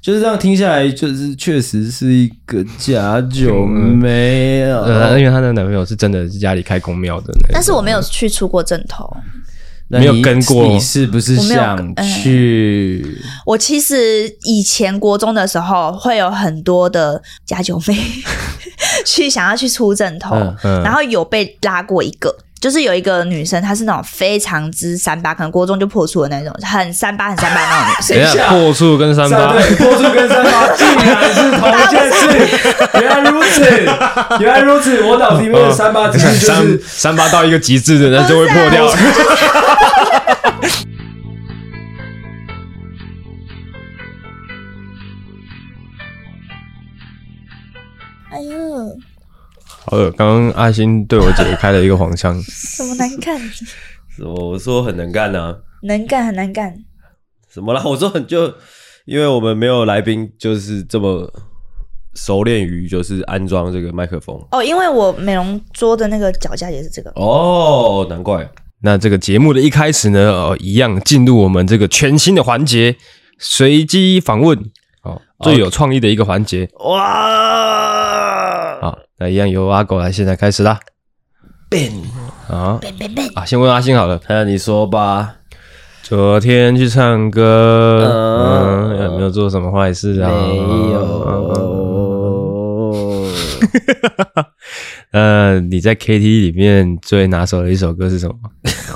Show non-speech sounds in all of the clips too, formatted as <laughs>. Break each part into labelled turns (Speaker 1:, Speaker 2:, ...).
Speaker 1: 就是这样听下来，就是确实是一个假酒妹啊。
Speaker 2: 呃，因为她的男朋友是真的是家里开公庙的那种，
Speaker 3: 但是我没有去出过正头。
Speaker 1: 那
Speaker 2: 没有
Speaker 1: 你
Speaker 2: 跟过
Speaker 1: 你是不是
Speaker 3: 我没有
Speaker 1: 想
Speaker 3: 哎
Speaker 1: 去？
Speaker 3: 我其实以前国中的时候，会有很多的假酒妹 <laughs> 去想要去出正头，
Speaker 1: 嗯
Speaker 2: 嗯
Speaker 3: 然后有被拉过一个。就是有一个女生，她是那种非常之三八，可能国中就破处的那种，很三八很三八那种女生。
Speaker 4: 哎
Speaker 2: 等一下破处跟三八，
Speaker 1: 对，波叔跟三八竟然是同一件事，原来如此，原来如此，我脑子里面
Speaker 2: 哦
Speaker 1: 的三八其实
Speaker 2: <laughs>
Speaker 1: 就
Speaker 2: 三
Speaker 1: 是
Speaker 2: 三八到一个极致的，那就会
Speaker 3: 不是啊
Speaker 2: 破掉。
Speaker 3: 哎呦，
Speaker 2: <laughs> 好了，刚刚阿星对我姐开了一个黄腔，
Speaker 3: 怎么难看？
Speaker 4: 我我说很能干啊，
Speaker 3: 能干很难干。
Speaker 4: 什么啦？我说很就，因为我们没有来宾，就是这么熟练于就是安装这个麦克风。
Speaker 3: 哦，因为我美容桌的那个脚架也是这个，
Speaker 4: 哦，难怪
Speaker 2: 那这个节目的一开始呢，呃，一样进入我们这个全新的环节——随机访问，哦，最有创意的一个环节。
Speaker 4: 哇！
Speaker 2: 好，那一样由阿狗来，现在开始啦。Ben 啊啊，先问阿星好了，
Speaker 4: 那你说吧，
Speaker 2: 昨天去唱歌，
Speaker 4: 呃
Speaker 2: 嗯，有没有做什么坏事啊？
Speaker 4: 没
Speaker 1: <laughs>
Speaker 2: 嗯。
Speaker 4: 有。
Speaker 2: 呃，你在 KTV 里面最拿手的一首歌是什么？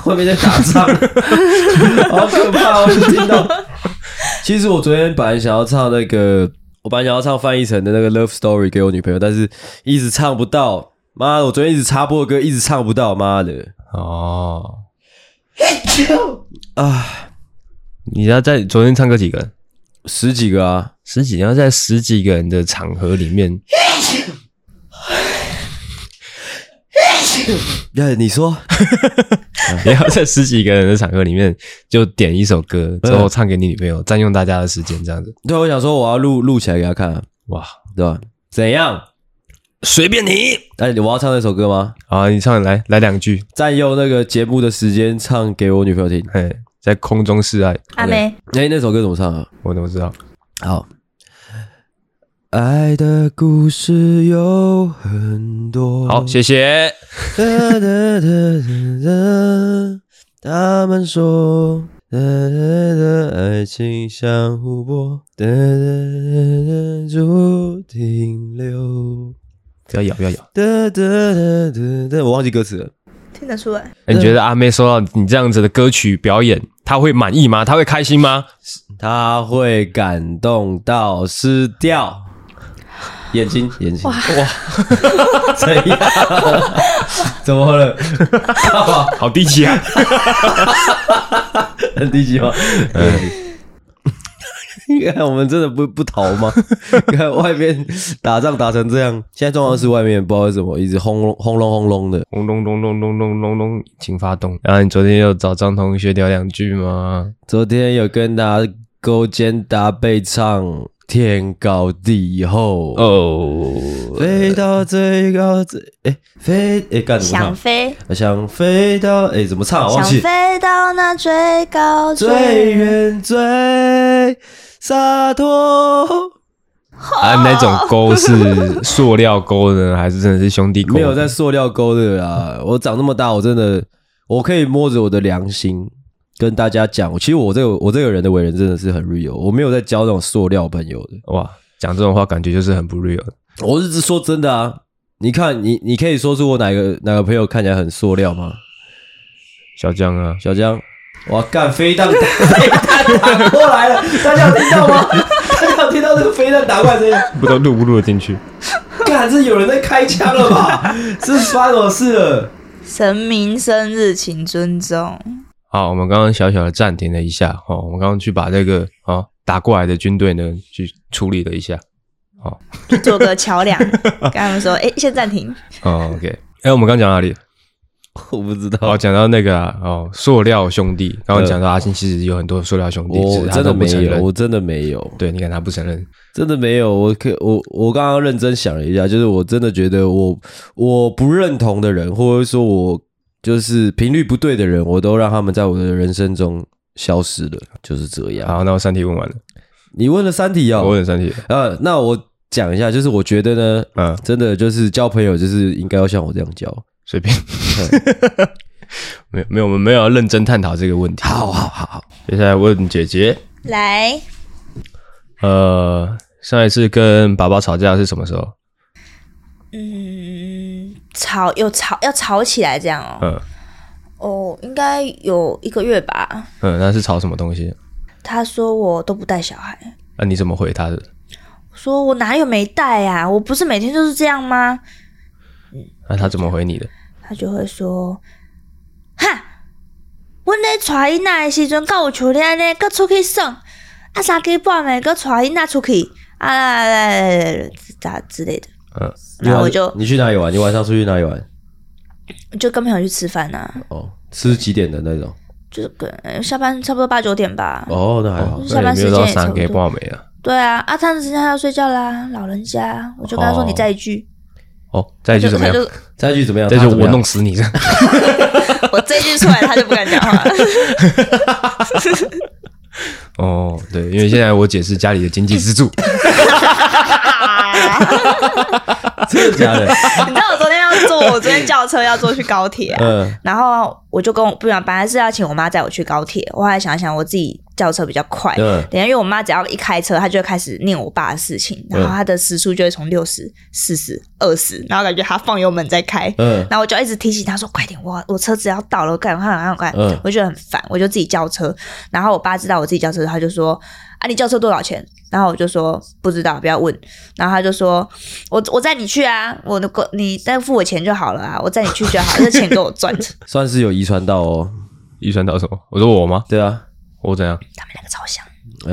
Speaker 1: 外面在打仗，好可怕，我听到。
Speaker 4: <laughs> 其实我昨天本来想要唱那个，我本来想要唱范逸臣的那个《Love Story》给我女朋友，但是一直唱不到。妈的，我昨天一直插播的歌，一直唱不到。妈的
Speaker 2: 哦，
Speaker 4: 啊，
Speaker 2: 你要在昨天唱歌几个人？
Speaker 4: 十几个啊！
Speaker 2: 十几，然后在十几个人的场合里面，
Speaker 4: 呀，哎你说，
Speaker 2: 你要在十几个人的场合里面就点一首歌，之后唱给你女朋友，占用大家的时间，这样子，
Speaker 4: 对，我想说我要录录起来给她看、啊，
Speaker 2: 哇，
Speaker 4: 对吧？怎样？
Speaker 2: 随便你
Speaker 4: 哎，我要唱那首歌吗？
Speaker 2: 啊！你唱来来两句，
Speaker 4: 占用那个节目的时间唱给我女朋友听。
Speaker 2: 嘿，在空中示爱，
Speaker 3: 阿妹
Speaker 4: 哎，那首歌怎么唱啊？
Speaker 2: 我怎么知道？
Speaker 4: 好，爱的故事有很多。
Speaker 2: 好，谢谢。
Speaker 4: 哒哒哒哒哒，他们说，哒哒哒，爱情像湖泊，哒哒哒哒，注定流。
Speaker 2: 不要咬，不要咬。
Speaker 4: 哒哒哒哒哒，我忘记歌词了。
Speaker 3: 听得出来，
Speaker 2: 哎你觉得阿妹收到你这样子的歌曲表演，她会满意吗？她会开心吗？
Speaker 4: 他会感动到失掉眼睛，眼睛，哇， <laughs> 怎样？怎么了？
Speaker 2: 好低级啊！
Speaker 4: 很低级吗？你看，我们真的不不逃吗？ <laughs> 你看外面打仗打成这样，现在状况是外面不知道为什么一直轰隆轰隆轰隆的。
Speaker 2: 轰隆隆隆隆隆隆隆，引擎发动。然后你昨天有找张同学聊两句吗？
Speaker 4: 昨天有跟大家勾肩搭背唱天高地厚，
Speaker 2: 哦，
Speaker 4: 飞到最高最哎飞哎干什么
Speaker 3: 想
Speaker 4: 唱？
Speaker 3: 飞，
Speaker 4: 想飞到哎怎么唱啊？忘
Speaker 3: 想
Speaker 4: 记
Speaker 3: 飞到那最高
Speaker 4: 最远最洒脱，
Speaker 2: 啊，那种钩是塑料钩呢，还是真的是兄弟钩？
Speaker 4: 没有在塑料沟的啦。我长那么大，我真的我可以摸着我的良心跟大家讲，其实我这个我这个人的为人真的是很 real，我没有在交那种塑料朋友的。
Speaker 2: 哇，讲这种话感觉就是很不 real。
Speaker 4: 我是说真的啊，你看你你可以说出我哪个哪个朋友看起来很塑料吗？
Speaker 2: 小江啊，
Speaker 4: 小江，哇干飞弹 <laughs> 飞弹打过来了，大家有听到吗？大家有听到这个飞弹打过来的声音？
Speaker 2: 不知道录不录得进去？
Speaker 4: 干，这有人在开枪了吧？这是发生什么事了？
Speaker 3: 神明生日，请尊重。
Speaker 2: 好，我们刚刚小小的暂停了一下哦，我们刚刚去把这个哦打过来的军队呢去处理了一下。
Speaker 3: 去做个桥梁，跟他们说，哎、先暂停。
Speaker 2: 哦，OK，哎、 <laughs> 我们刚讲哪里？
Speaker 4: 我不知道，
Speaker 2: 哦，讲到那个啊，哦，塑料兄弟。刚刚讲到阿信其实有很多塑料兄弟，只
Speaker 4: 呃我
Speaker 2: 是他
Speaker 4: 真的
Speaker 2: 都不
Speaker 4: 没
Speaker 2: 承
Speaker 4: 有，
Speaker 2: 认。
Speaker 4: 我真的没有，
Speaker 2: 对，你看他不承认，
Speaker 4: 真的没有。我可我我刚刚认真想了一下，就是我真的觉得我我不认同的人，或者说我就是频率不对的人，我都让他们在我的人生中消失了，就是这样。
Speaker 2: 好，那我三题问完了。
Speaker 4: 你问了三题哦，
Speaker 2: 我问三题，
Speaker 4: 呃，那我讲一下，就是我觉得呢，
Speaker 2: 嗯，
Speaker 4: 真的就是交朋友，就是应该要像我这样交。
Speaker 2: 随便。
Speaker 4: 嗯
Speaker 2: <laughs> 没有没有，我们没有要认真探讨这个问题。
Speaker 4: 好好好好，
Speaker 2: 接下来问姐姐，
Speaker 3: 来，
Speaker 2: 呃，上一次跟爸爸吵架是什么时候？
Speaker 3: 嗯，吵有吵要吵起来这样哦。
Speaker 2: 嗯
Speaker 3: 哦，应该有一个月吧。
Speaker 2: 嗯，那是吵什么东西？
Speaker 3: 他说我都不带小孩，
Speaker 2: 那、你怎么回他的？
Speaker 3: 说我哪有没带啊？我不是每天就是这样吗？
Speaker 2: 那、他怎么回你的？
Speaker 3: 他就会说，哈，阮咧带囡仔的时阵，到有像你安尼，佮出去耍，啊三更半暝佮带囡仔出去，啊来来来来来咋之类的。
Speaker 2: 嗯，
Speaker 3: 然后我就
Speaker 4: 你去哪里玩？你晚上出去哪里玩？
Speaker 3: 就跟朋友去吃饭啊，
Speaker 4: 哦，吃几点的那种？
Speaker 3: 就是跟呃下班差不多八九点吧。
Speaker 4: 哦，那还好。
Speaker 3: 下
Speaker 2: 那
Speaker 3: 班
Speaker 2: 嗯也没
Speaker 3: 时
Speaker 2: 有
Speaker 3: 间
Speaker 2: 到
Speaker 3: 也差
Speaker 2: 三
Speaker 3: 不
Speaker 2: K
Speaker 3: 多。
Speaker 2: 半没啊。
Speaker 3: 对啊，啊，他的时间他要睡觉啦，老人家，我就跟他说
Speaker 2: 哦
Speaker 3: 你再一句，
Speaker 2: 哦，再一句
Speaker 3: 就
Speaker 2: 怎么
Speaker 3: 他
Speaker 2: 样？
Speaker 3: 就
Speaker 4: 再去怎么样？
Speaker 2: 再一
Speaker 4: 他
Speaker 2: 句
Speaker 4: 怎么
Speaker 2: 我
Speaker 4: 样
Speaker 2: 弄死你！
Speaker 3: 我这一句出来，他就不敢讲话了。
Speaker 2: <laughs>
Speaker 3: <laughs>
Speaker 2: 哦，对，因为现在我姐是家里的经济支柱。 <laughs>
Speaker 4: 真的假 <laughs> 的？
Speaker 3: 你知道我昨天要坐，我昨天叫车要坐去高铁啊、
Speaker 4: 嗯，
Speaker 3: 然后我就跟我不想，本来是要请我妈载我去高铁，我后来想一想，我自己叫车比较快。
Speaker 4: 嗯
Speaker 3: 等一下因为我妈只要一开车，她就会开始念我爸的事情，
Speaker 2: 嗯
Speaker 3: 然后她的时速就会从六十、四十、二十，然后感觉她放油门在开。
Speaker 4: 嗯
Speaker 3: 然后我就一直提醒她说：“快点，我我车子要到了，我赶快赶快赶快！”
Speaker 4: 嗯
Speaker 3: 我就觉得很烦，我就自己叫车。然后我爸知道我自己叫车，他就说：“啊，你叫车多少钱？”然后我就说：“不知道，不要问。”然后他就说：“我 <laughs> 我载你去啊，我的过你再付我钱就好了啊，我载你去就好，这钱给我赚着。”
Speaker 4: 算是有遗传到哦。
Speaker 2: 遗传到什么？我说我吗？
Speaker 4: 对啊，
Speaker 2: 我怎样？
Speaker 3: 他们两个超像。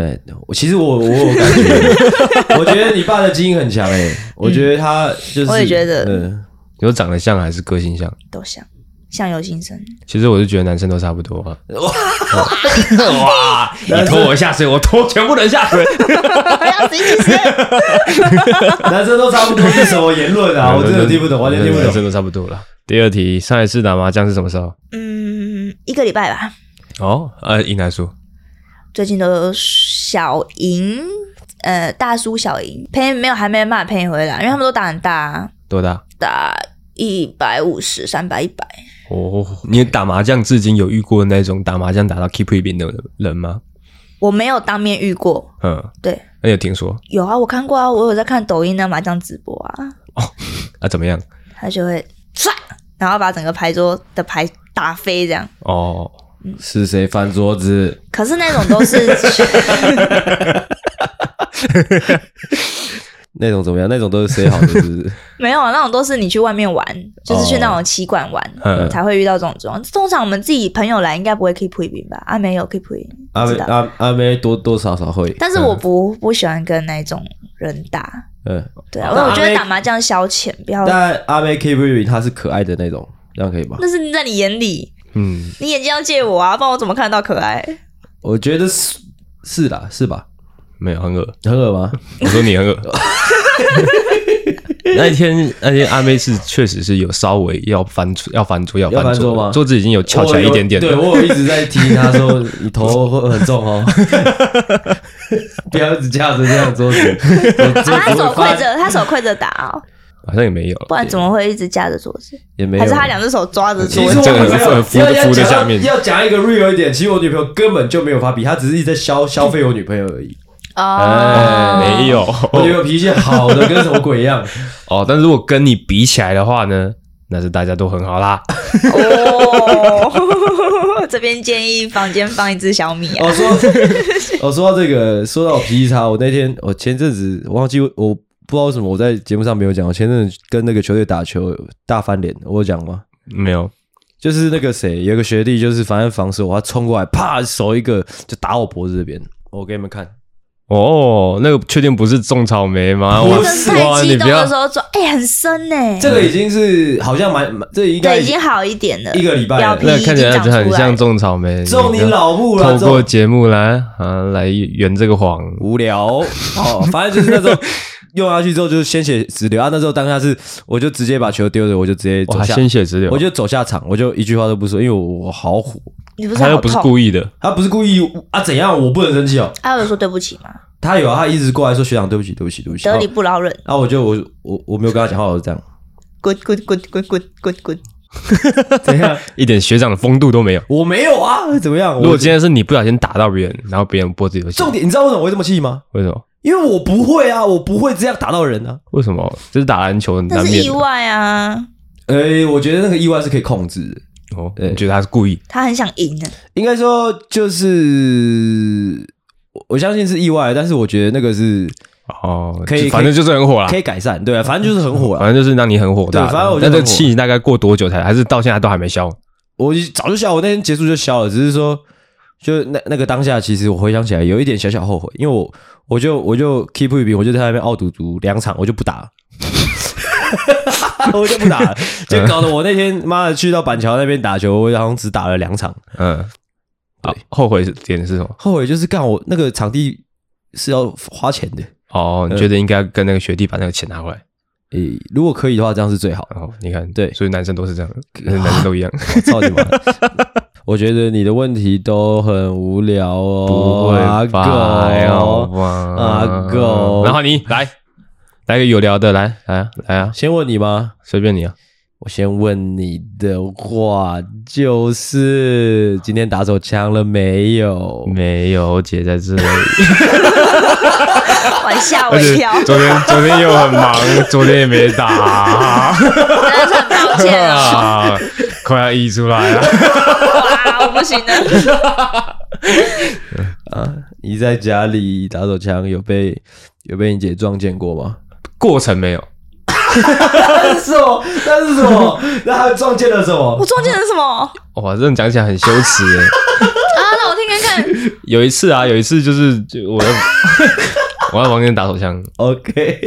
Speaker 4: 哎，我其实 <laughs> 我我有感觉，我觉得你爸的基因很强哎，我觉得他就是，
Speaker 3: 我也觉得
Speaker 4: <laughs> 嗯，
Speaker 2: 你说长得像还是个性像？
Speaker 3: 都像，相由心生。
Speaker 2: 其实我是觉得男生都差不多
Speaker 4: <laughs>
Speaker 2: 啊。哇！你拖我下水，我拖全部人下水。
Speaker 3: 要死一起死！
Speaker 4: 男生都差不多是什么言论 <laughs> <laughs> 啊？我真的听不懂，完全听不
Speaker 2: 男生
Speaker 4: 懂。
Speaker 2: 都差不多了。第二题，上一次打麻将是什么时候？
Speaker 3: 嗯，一个礼拜吧，
Speaker 2: 哦，呃，
Speaker 4: 啊
Speaker 2: 赢还是输？
Speaker 3: 最近都小赢，呃，大输小赢，赔没有还没办法赔回来，因为他们都打很大啊，
Speaker 2: 多大？
Speaker 3: 打一百五十、三百、一百。
Speaker 2: 哦，你打麻将至今有遇过那种打麻将打到 keep 一边的人吗？
Speaker 3: 我没有当面遇过，
Speaker 2: 嗯，
Speaker 3: 对，
Speaker 2: 那有听说
Speaker 3: 有啊，我看过啊，我有在看抖音的麻将直播啊，
Speaker 2: 啊？怎么样？
Speaker 3: 他就会唰，然后把整个牌桌的牌打飞这样。
Speaker 2: 哦，
Speaker 4: 是谁翻桌子？
Speaker 3: 可是那种都 <laughs> 是
Speaker 4: 那种怎么样？那种都是谁好的？是不是？
Speaker 3: 没有，啊那种都是你去外面玩，就是去那种棋馆玩、
Speaker 2: 嗯
Speaker 3: 才会遇到这种状况。通常我们自己朋友来，应该不会 keep 一兵吧？啊，没有 keep 一兵，
Speaker 4: <laughs> 阿
Speaker 3: 不
Speaker 4: 妹
Speaker 3: 知道。
Speaker 4: 阿阿妹多多少少会，
Speaker 3: 但是我不、不喜欢跟那种人打，
Speaker 4: 嗯，
Speaker 3: 对啊，
Speaker 4: 那
Speaker 3: 因为我觉
Speaker 4: 阿妹
Speaker 3: 得打麻将消遣，不要。
Speaker 4: 但阿妹 K B B 她是可爱的那种，这样可以吧？
Speaker 3: 那是在你眼里，
Speaker 2: 嗯，
Speaker 3: 你眼睛要借我啊，不然我怎么看得到可
Speaker 2: <laughs>
Speaker 3: 爱？
Speaker 4: 我觉得是是啦，是吧？
Speaker 2: 没有，很恶。
Speaker 4: 很恶吗？
Speaker 2: 我说你
Speaker 4: <laughs>
Speaker 2: 很恶。那一天，那天阿妹是确实是有稍微要翻桌，要翻桌，要
Speaker 4: 要
Speaker 2: 翻
Speaker 4: 翻桌
Speaker 2: 桌
Speaker 4: 吗
Speaker 2: 桌子已经有翘起来一点点
Speaker 4: 我
Speaker 2: 了。
Speaker 4: 有对我有一直在提醒她说，你头会很重
Speaker 2: <laughs>
Speaker 4: 哦，不要一直架着这样桌子，我
Speaker 3: <laughs> 啊，他
Speaker 4: 桌子
Speaker 3: 手
Speaker 4: 会
Speaker 3: 跪
Speaker 4: 翻，
Speaker 3: 着，他手跪着
Speaker 2: <laughs>
Speaker 3: 打哦，
Speaker 2: 好像也没有。
Speaker 3: 不然怎么会一直架着桌子？
Speaker 4: 也没有。
Speaker 3: 还是他两只手抓着
Speaker 4: 其
Speaker 3: 桌
Speaker 4: 实
Speaker 3: 子？
Speaker 4: 我
Speaker 2: 这个
Speaker 4: 女朋友
Speaker 2: 很敷
Speaker 4: 要要
Speaker 2: 敷在
Speaker 4: 讲
Speaker 2: 下面
Speaker 4: 要讲一个 real 一点，其实我女朋友根本就没有发脾气，她只是一直在消消费我女朋友而已。
Speaker 3: 哦，
Speaker 4: 哎
Speaker 2: 没有
Speaker 4: 我女朋友脾气好的跟什么鬼一
Speaker 3: <laughs>
Speaker 4: 样。
Speaker 2: 哦，但如果跟你比起来的话呢，那是大家都很好啦。
Speaker 3: 哦， <laughs> 这边建议房间放一只小米啊
Speaker 4: 我、。哦说，我、说到这个，说到脾气差，我那天我前阵子忘记我我不知道为什么我在节目上没有讲，我前阵子跟那个球队打球大翻脸，我有讲吗？
Speaker 2: 没有，
Speaker 4: 就是那个谁，有个学弟，就是反正防守，他冲过来，啪手一个就打我脖子这边，我给你们看，
Speaker 2: 哦，那个确定不是种草莓吗？
Speaker 4: 不
Speaker 2: 哇
Speaker 3: 真的太
Speaker 2: 哦哇，
Speaker 3: 激
Speaker 2: 你不
Speaker 3: 动
Speaker 2: 要
Speaker 3: 的时候抓，哎、很深呢、
Speaker 4: 这个已经是好像蛮，蛮这应该
Speaker 3: 对，已经好一点了，
Speaker 4: 一个礼拜了
Speaker 3: 表皮
Speaker 2: 那看起来
Speaker 3: 已经
Speaker 2: 就
Speaker 3: 长
Speaker 2: 很
Speaker 3: 出来
Speaker 2: 像种草莓。
Speaker 4: 中你
Speaker 2: 不要
Speaker 4: 老母了，
Speaker 2: 透
Speaker 4: 中
Speaker 2: 过节目来啊来圆这个谎。
Speaker 4: 无聊哦，反正就是那时候用下去之后，就是鲜血直流啊。那时候当下是，我就直接把球丢了，我就直接走
Speaker 2: 哇，
Speaker 4: 下，
Speaker 2: 鲜血直流，
Speaker 4: 我就走下场，我就一句话都不说，因为我我好火。
Speaker 3: 你不是
Speaker 2: 他
Speaker 3: 好
Speaker 2: 又不是
Speaker 3: 痛？
Speaker 2: 故意的。
Speaker 4: 他不是故意啊，怎样？我不能生气哦。
Speaker 3: 他有说对不起吗？
Speaker 4: 他有啊，他一直过来说学长对不起对不起对不起，
Speaker 3: 得
Speaker 4: 然后
Speaker 3: 理不饶人，
Speaker 4: 然后我就我我我没有跟他讲话，我就这样，
Speaker 3: 滚滚滚滚滚滚滚！
Speaker 4: 怎
Speaker 2: <laughs>
Speaker 4: 样？
Speaker 2: 一点学长的风度都没有。
Speaker 4: 我没有啊，怎么样？
Speaker 2: 如果
Speaker 4: 我
Speaker 2: 今天是你不小心打到别人，然后别人脖子有血
Speaker 4: 重，点，你知道为什么我会这么气吗？
Speaker 2: 为什么？
Speaker 4: 因为我不会啊，我不会这样打到人啊。
Speaker 2: 为什么？这是打篮球很
Speaker 3: 那
Speaker 2: 难
Speaker 3: 是
Speaker 2: 免
Speaker 3: 意
Speaker 2: 的
Speaker 3: 外啊，
Speaker 4: 哎、我觉得那个意外是可以控制的。
Speaker 2: 哦。
Speaker 4: 对
Speaker 2: 你觉得他是故意？
Speaker 3: 他很想赢的，
Speaker 4: 应该说就是我我相信是意外，但是我觉得那个是
Speaker 2: 哦，
Speaker 4: 可以
Speaker 2: 就反正就是很火啦
Speaker 4: 可。以改善，对、啊，反正就是很火了。
Speaker 2: 反正就是让你很火大的，
Speaker 4: 对反正我就
Speaker 2: 那这
Speaker 4: 很火
Speaker 2: 气大概过多久才？还是到现在都还没消？
Speaker 4: 我早就消，我那天结束就消了，只是说就那那个当下，其实我回想起来有一点小小后悔，因为我我就我就 keep 一比，我就在那边傲哦赌足两场，我就不打 <laughs> 了。我就不打了，
Speaker 2: 嗯
Speaker 4: 就搞得我那天妈的去到板桥那边打球，我好像只打了两场。
Speaker 2: 嗯，啊，后悔点是什么？
Speaker 4: 后悔就是干我那个场地是要花钱的，
Speaker 2: 哦，
Speaker 4: 嗯
Speaker 2: 你觉得应该跟那个学弟把那个钱拿回来？
Speaker 4: 诶、如果可以的话，这样是最好的。
Speaker 2: 然后你看，
Speaker 4: 对
Speaker 2: 所以男生都是这样，男生都一样。
Speaker 4: 我操你妈！
Speaker 2: <laughs>
Speaker 4: 我觉得你的问题都很无聊哦，
Speaker 2: 不
Speaker 4: 阿
Speaker 2: 会
Speaker 4: 狗
Speaker 2: 吧？哦好吧
Speaker 4: 阿狗
Speaker 2: 然后你来来个有聊的，来来啊来啊，
Speaker 4: 先问你吗？
Speaker 2: 随便你啊。
Speaker 4: 我先问你的话，就是今天打手枪了没有？
Speaker 2: 没有，我姐在这里。
Speaker 3: 玩吓我
Speaker 2: 而
Speaker 3: 一
Speaker 2: 且
Speaker 3: 跳，
Speaker 2: 昨天昨天又很忙，昨天也没打，
Speaker 3: 真的是很抱歉
Speaker 4: <laughs>
Speaker 3: 哦。
Speaker 2: 啊、 <laughs> 快要溢出来了。
Speaker 3: 哇，我不行了，
Speaker 4: 你在家里打手枪有被有被你姐撞见过吗？
Speaker 2: 过程没有，
Speaker 4: 那是什么？那是什么？ <laughs> 那她撞见了什
Speaker 3: 我
Speaker 4: 么？
Speaker 3: 撞见了什么啊？
Speaker 2: 哇，这样讲起来很羞耻耶。
Speaker 3: 让我听看看。
Speaker 2: 有一次啊，有一次就是就我在 <laughs> 我在房间打手枪，
Speaker 4: OK，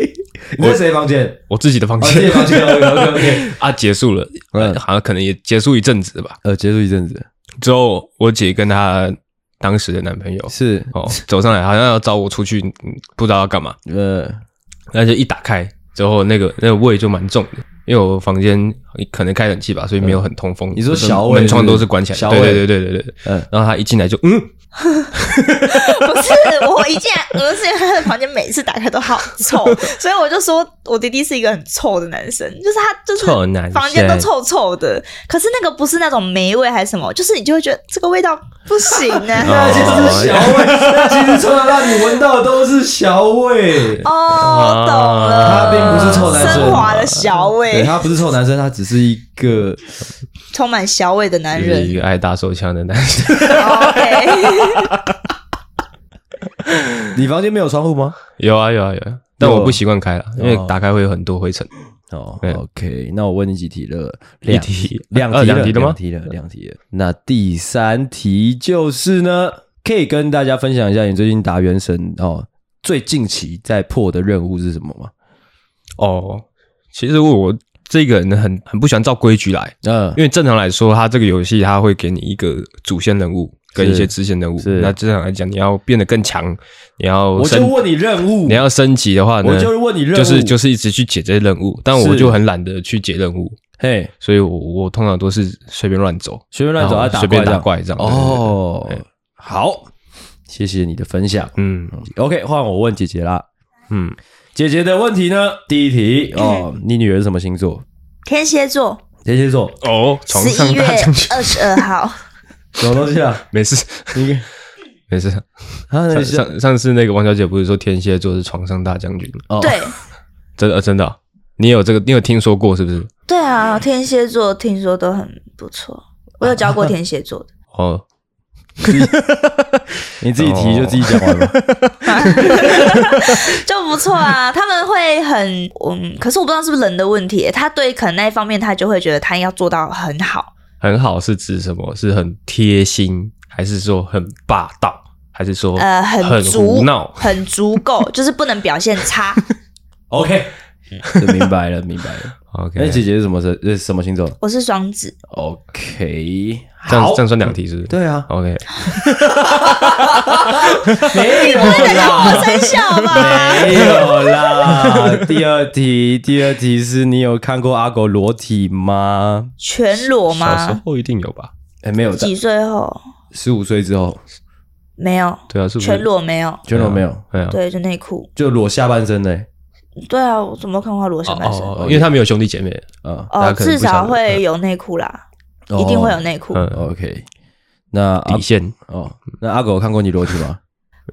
Speaker 4: 你在谁房间？
Speaker 2: 我自己的房
Speaker 4: 哦，自己
Speaker 2: 间、
Speaker 4: 房间。OK OK。
Speaker 2: <laughs> 啊，结束了，
Speaker 4: 嗯
Speaker 2: 好像可能也结束一阵子吧。
Speaker 4: <laughs> 呃，结束一阵子
Speaker 2: 之后我姐跟她当时的男朋友
Speaker 4: 是
Speaker 2: 哦走上来，好像要找我出去，嗯不知道要干嘛，
Speaker 4: 呃
Speaker 2: 那就一打开之后，那个那个味就蛮重的。因为我房间可能开冷气吧，所以没有很通风。
Speaker 4: 嗯你说小味
Speaker 2: 门窗
Speaker 4: 是不是
Speaker 2: 都是关起来
Speaker 4: 小
Speaker 2: 的，
Speaker 4: 味
Speaker 2: 对对对对对对。
Speaker 4: 嗯
Speaker 2: 然后他一进来就嗯，
Speaker 3: 不是，我一进来，我是因为他的房间每次打开都好
Speaker 4: <laughs>
Speaker 3: 臭，所以我就说我弟弟是一个很臭的男生，就是他就是
Speaker 2: 臭男生
Speaker 3: 房间都臭臭的，可是那个不是那种霉味还是什么，就是你就会觉得这个味道不行
Speaker 4: 那 <laughs>
Speaker 3: 啊。
Speaker 4: 其实是小味，那其实从小到你闻到的都是小
Speaker 3: <laughs>
Speaker 4: 味。
Speaker 3: <laughs> 哦，我懂
Speaker 4: 他
Speaker 3: 了，
Speaker 4: 并不是臭男生
Speaker 3: 升华的小
Speaker 4: 对
Speaker 3: 味，
Speaker 4: 他不是臭男生，他只是一个
Speaker 3: 充满小味的男
Speaker 2: 就是一
Speaker 3: 人。
Speaker 2: 个爱打手枪的男生。 <laughs>
Speaker 3: OK， <laughs>
Speaker 4: 你房间没有窗户吗？
Speaker 2: 有啊有啊有啊，但
Speaker 4: 有
Speaker 2: 我不习惯开了，因为
Speaker 4: 哦
Speaker 2: 打开会有很多灰尘。
Speaker 4: 哦
Speaker 2: 对
Speaker 4: ，OK，那我问你几题了？
Speaker 2: 一
Speaker 4: 两
Speaker 2: 题
Speaker 4: 两题
Speaker 2: 呃
Speaker 4: 了
Speaker 2: 两题了吗
Speaker 4: 两题了，两题了。那第三题就是呢，可以跟大家分享一下你最近打原神哦，最近期在破的任务是什么吗？
Speaker 2: 哦，其实我这个人很很不喜欢照规矩来，
Speaker 4: 嗯
Speaker 2: 因为正常来说，它这个游戏它会给你一个主线任务跟一些支线任务
Speaker 4: 是。
Speaker 2: 那正常来讲，你要变得更强，你要
Speaker 4: 我
Speaker 2: 升
Speaker 4: 就，问你任务，
Speaker 2: 你要升级的话呢，
Speaker 4: 我就是问你任务，
Speaker 2: 就是就是一直去解这些任务，但我
Speaker 4: 是
Speaker 2: 就很懒得去解任务，
Speaker 4: 嘿，
Speaker 2: 所以我我通常都是随便乱走，
Speaker 4: 随便乱走，
Speaker 2: 然后
Speaker 4: 要打
Speaker 2: 随便打
Speaker 4: 怪
Speaker 2: 怪这样。哦，
Speaker 4: 哦
Speaker 2: 对对对，
Speaker 4: 好，谢谢你的分享。
Speaker 2: 嗯
Speaker 4: OK，换我问姐姐啦。
Speaker 2: 嗯，
Speaker 4: 姐姐的问题呢？第一题
Speaker 2: <laughs>
Speaker 4: 哦，你女儿是什么星座？
Speaker 3: 天蝎座，
Speaker 4: 天蝎座，
Speaker 2: 哦，床
Speaker 3: 十一
Speaker 2: 上
Speaker 3: 月
Speaker 2: 大将军，
Speaker 3: 二十二号，
Speaker 4: 什么东西啊？
Speaker 2: 没事
Speaker 4: 你
Speaker 2: 没事。
Speaker 4: 啊，那
Speaker 2: <laughs> 上
Speaker 4: 是
Speaker 2: 上上次那个王小姐不是说天蝎座是床上大将军？
Speaker 4: 哦
Speaker 3: 对。
Speaker 2: 真的、呃真的啊、你有这个，你有听说过是不是？
Speaker 3: 对啊，天蝎座听说都很不错，我有教过天蝎座的。
Speaker 2: 哦，
Speaker 4: 你自己提就自己讲完吧。
Speaker 3: 就不错啊，他们会很嗯，可是我不知道是不是人的问题，他对可能那一方面他就会觉得他要做到很好，
Speaker 2: 很好是指什么？是很贴心，还是说很霸道，还是说
Speaker 3: 呃，很足
Speaker 2: 胡闹？
Speaker 3: 很足够，就是不能表现差。
Speaker 4: <laughs> OK，这嗯明白了，明白 <laughs> 了。那
Speaker 2: OK，
Speaker 4: 姐姐是什么是是什么星座
Speaker 3: 我是双子，
Speaker 4: ？OK，
Speaker 2: 这样
Speaker 4: 好
Speaker 2: 这，样算两题是不是？
Speaker 4: 对啊，
Speaker 2: OK，
Speaker 4: 没有啦，
Speaker 3: 我生肖吧，
Speaker 4: 没有啦。 <laughs> 第二题，第二题是你有看过阿狗裸体吗？
Speaker 3: <laughs> 全裸
Speaker 2: 小时
Speaker 3: 吗？
Speaker 2: 候一定有吧？
Speaker 4: 哎，没有，
Speaker 3: 几岁后？
Speaker 4: 十五岁之后，
Speaker 3: 没有，
Speaker 2: 对啊，是不是
Speaker 3: 全？裸没有，
Speaker 2: 对
Speaker 4: 全
Speaker 2: 啊
Speaker 4: 裸没有，
Speaker 2: 哎呀，
Speaker 3: 对，就内裤。
Speaker 4: 就裸下半身嘞。
Speaker 3: 对啊，我怎么看过裸
Speaker 2: 哦
Speaker 3: 上半身？
Speaker 2: 哦，哦因为他没有兄弟姐妹，
Speaker 4: 啊，
Speaker 2: 大
Speaker 3: 哦，
Speaker 2: 家可能
Speaker 3: 至
Speaker 2: 不晓
Speaker 3: 少
Speaker 2: 得
Speaker 3: 会有内裤啦，一定会有内裤。
Speaker 2: 嗯，
Speaker 4: 哦 OK，那阿
Speaker 2: 底线。
Speaker 4: 哦，那阿狗有看过你裸体吗？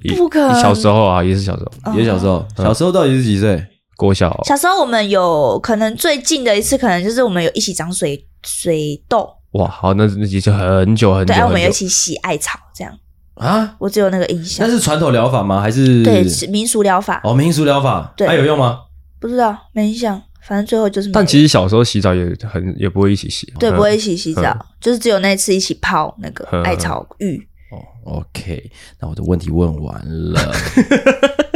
Speaker 2: 一
Speaker 3: 不可能
Speaker 2: 小时候啊，也是小时候，
Speaker 3: 哦
Speaker 4: 也小时候，小时候到底是几岁？
Speaker 2: 国小
Speaker 3: 小时候我们有可能最近的一次，可能就是我们有一起长水水痘，
Speaker 2: 哇，好，那那已经很久很久
Speaker 3: 对，啊，我
Speaker 2: 很
Speaker 3: 们有一
Speaker 2: 久，
Speaker 3: 起洗艾草这样，
Speaker 4: 啊？
Speaker 3: 我只有那个印象
Speaker 4: 那。是传统疗法吗？还是
Speaker 3: 对，是民俗疗法，
Speaker 4: 哦，民俗疗法，
Speaker 3: 对
Speaker 4: 还有用吗？
Speaker 3: 不知道没印象，反正最后就是没有。
Speaker 2: 但其实小时候洗澡也很也不会一起洗，
Speaker 3: 对，
Speaker 2: 嗯
Speaker 3: 不会一起洗澡，就是只有那次一起泡那个艾草浴。
Speaker 4: 哦，OK，那我的问题问完
Speaker 3: <laughs>
Speaker 4: 了。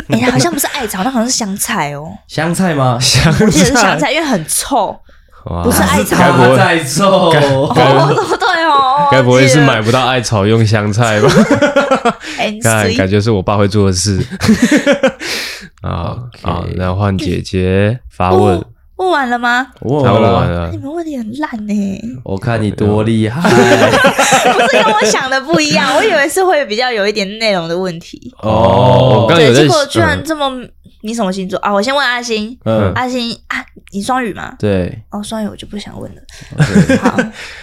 Speaker 3: 哎、好像不是艾草，那好像是香
Speaker 2: <laughs>
Speaker 3: 菜哦，
Speaker 4: 香菜吗？
Speaker 2: 香
Speaker 3: 我记得是香菜，因为很
Speaker 2: <laughs>
Speaker 3: 臭。
Speaker 2: 哇
Speaker 3: 不是艾草
Speaker 2: 该不
Speaker 4: 香
Speaker 2: 会
Speaker 4: 菜臭，
Speaker 3: 哦，对哦，
Speaker 2: 该不会是
Speaker 3: 我记得
Speaker 2: 买不到艾草用香菜吧？
Speaker 3: 哎你
Speaker 2: 看，
Speaker 3: 随
Speaker 2: 感觉是我爸会做的事。 <laughs> 啊
Speaker 4: OK
Speaker 2: 啊！那换姐姐发问，嗯
Speaker 3: 问完了吗？
Speaker 4: 我
Speaker 2: 她
Speaker 4: 问
Speaker 2: 问啊完
Speaker 4: 了，
Speaker 2: 了
Speaker 3: 你，们问题很烂呢、
Speaker 4: 哦我看你多厉害
Speaker 3: <laughs> 不是跟我想的不一样，我以为是会比较有一点内容的问题。
Speaker 2: 哦我刚有
Speaker 3: 对，
Speaker 2: 在
Speaker 3: 结果居然
Speaker 2: 嗯
Speaker 3: 这么……你什么星座啊？我先问阿星，
Speaker 4: 嗯，
Speaker 3: 阿星啊，你双鱼吗？
Speaker 4: 对，
Speaker 3: 哦，双鱼我就不想问了。
Speaker 2: 哦
Speaker 3: 好，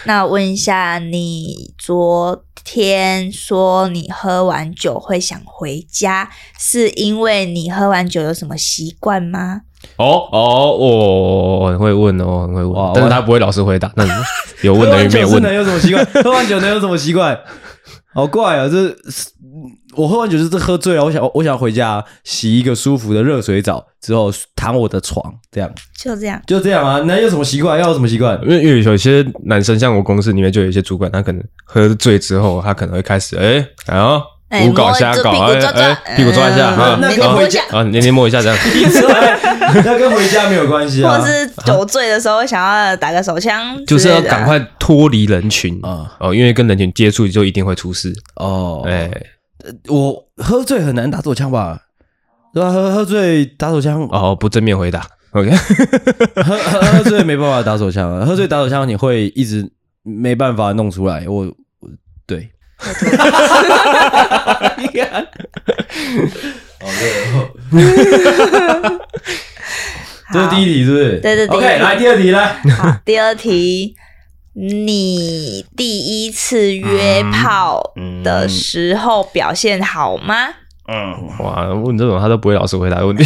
Speaker 3: 那我问一下，你昨天说你喝完酒会想回家，是因为你喝完酒有什么习惯吗？
Speaker 2: 哦哦，我很会问哦，很会
Speaker 4: 哇
Speaker 2: 问，但是他不会老实回答。那你 <laughs> 有问
Speaker 4: 喝
Speaker 2: 等于
Speaker 4: 完
Speaker 2: 没
Speaker 4: 酒
Speaker 2: 有
Speaker 4: 是
Speaker 2: 问， <laughs>
Speaker 4: 能有什么习 <laughs> 惯？喝完酒能有什么习惯？好怪啊！这我喝完酒就是喝醉了，我想我想回家洗一个舒服的热水澡，之后躺我的床，这样
Speaker 3: 就这样。
Speaker 4: 就这样啊。能有什么习惯？要有什么习
Speaker 2: <laughs>
Speaker 4: 惯？
Speaker 2: 因为因为有些男生，像我公司里面就有一些主管，他可能喝醉之后，他可能会开始哎，然后
Speaker 3: 哎
Speaker 2: 胡搞
Speaker 3: 摸
Speaker 2: 瞎
Speaker 3: 这
Speaker 2: 搞，
Speaker 3: 屁股
Speaker 2: 哎
Speaker 3: 抓抓
Speaker 2: 哎，屁股抓一下
Speaker 3: 嗯
Speaker 2: 啊，
Speaker 4: 那
Speaker 2: 啊
Speaker 4: 跟回
Speaker 3: 家
Speaker 2: 啊，捏捏摸一下这 <laughs> 样。
Speaker 4: 那跟回家没有关系
Speaker 3: 或
Speaker 4: 啊
Speaker 3: 者。是酒醉的时候想要打个手枪之类的，啊
Speaker 2: 就是要赶快脱离人群
Speaker 4: 啊
Speaker 2: 啊！哦，因为跟人群接触就一定会出事。
Speaker 4: 哦，
Speaker 2: 哎，
Speaker 4: 我喝醉很难打手枪吧？对吧？喝喝醉打手枪，喝
Speaker 2: 哦，不正面回答。OK，
Speaker 4: <laughs> 喝喝醉没办法打手枪啊！喝醉打手枪你会一直没办法弄出来。我我对。好累哦。
Speaker 3: 好。
Speaker 4: 这是第一题，是不是？
Speaker 3: 对对对
Speaker 4: OK，来第二题来。
Speaker 3: 好，第二题，你第一次约炮的时候表现好吗？
Speaker 2: 哇，问这种他都不会老实回答问题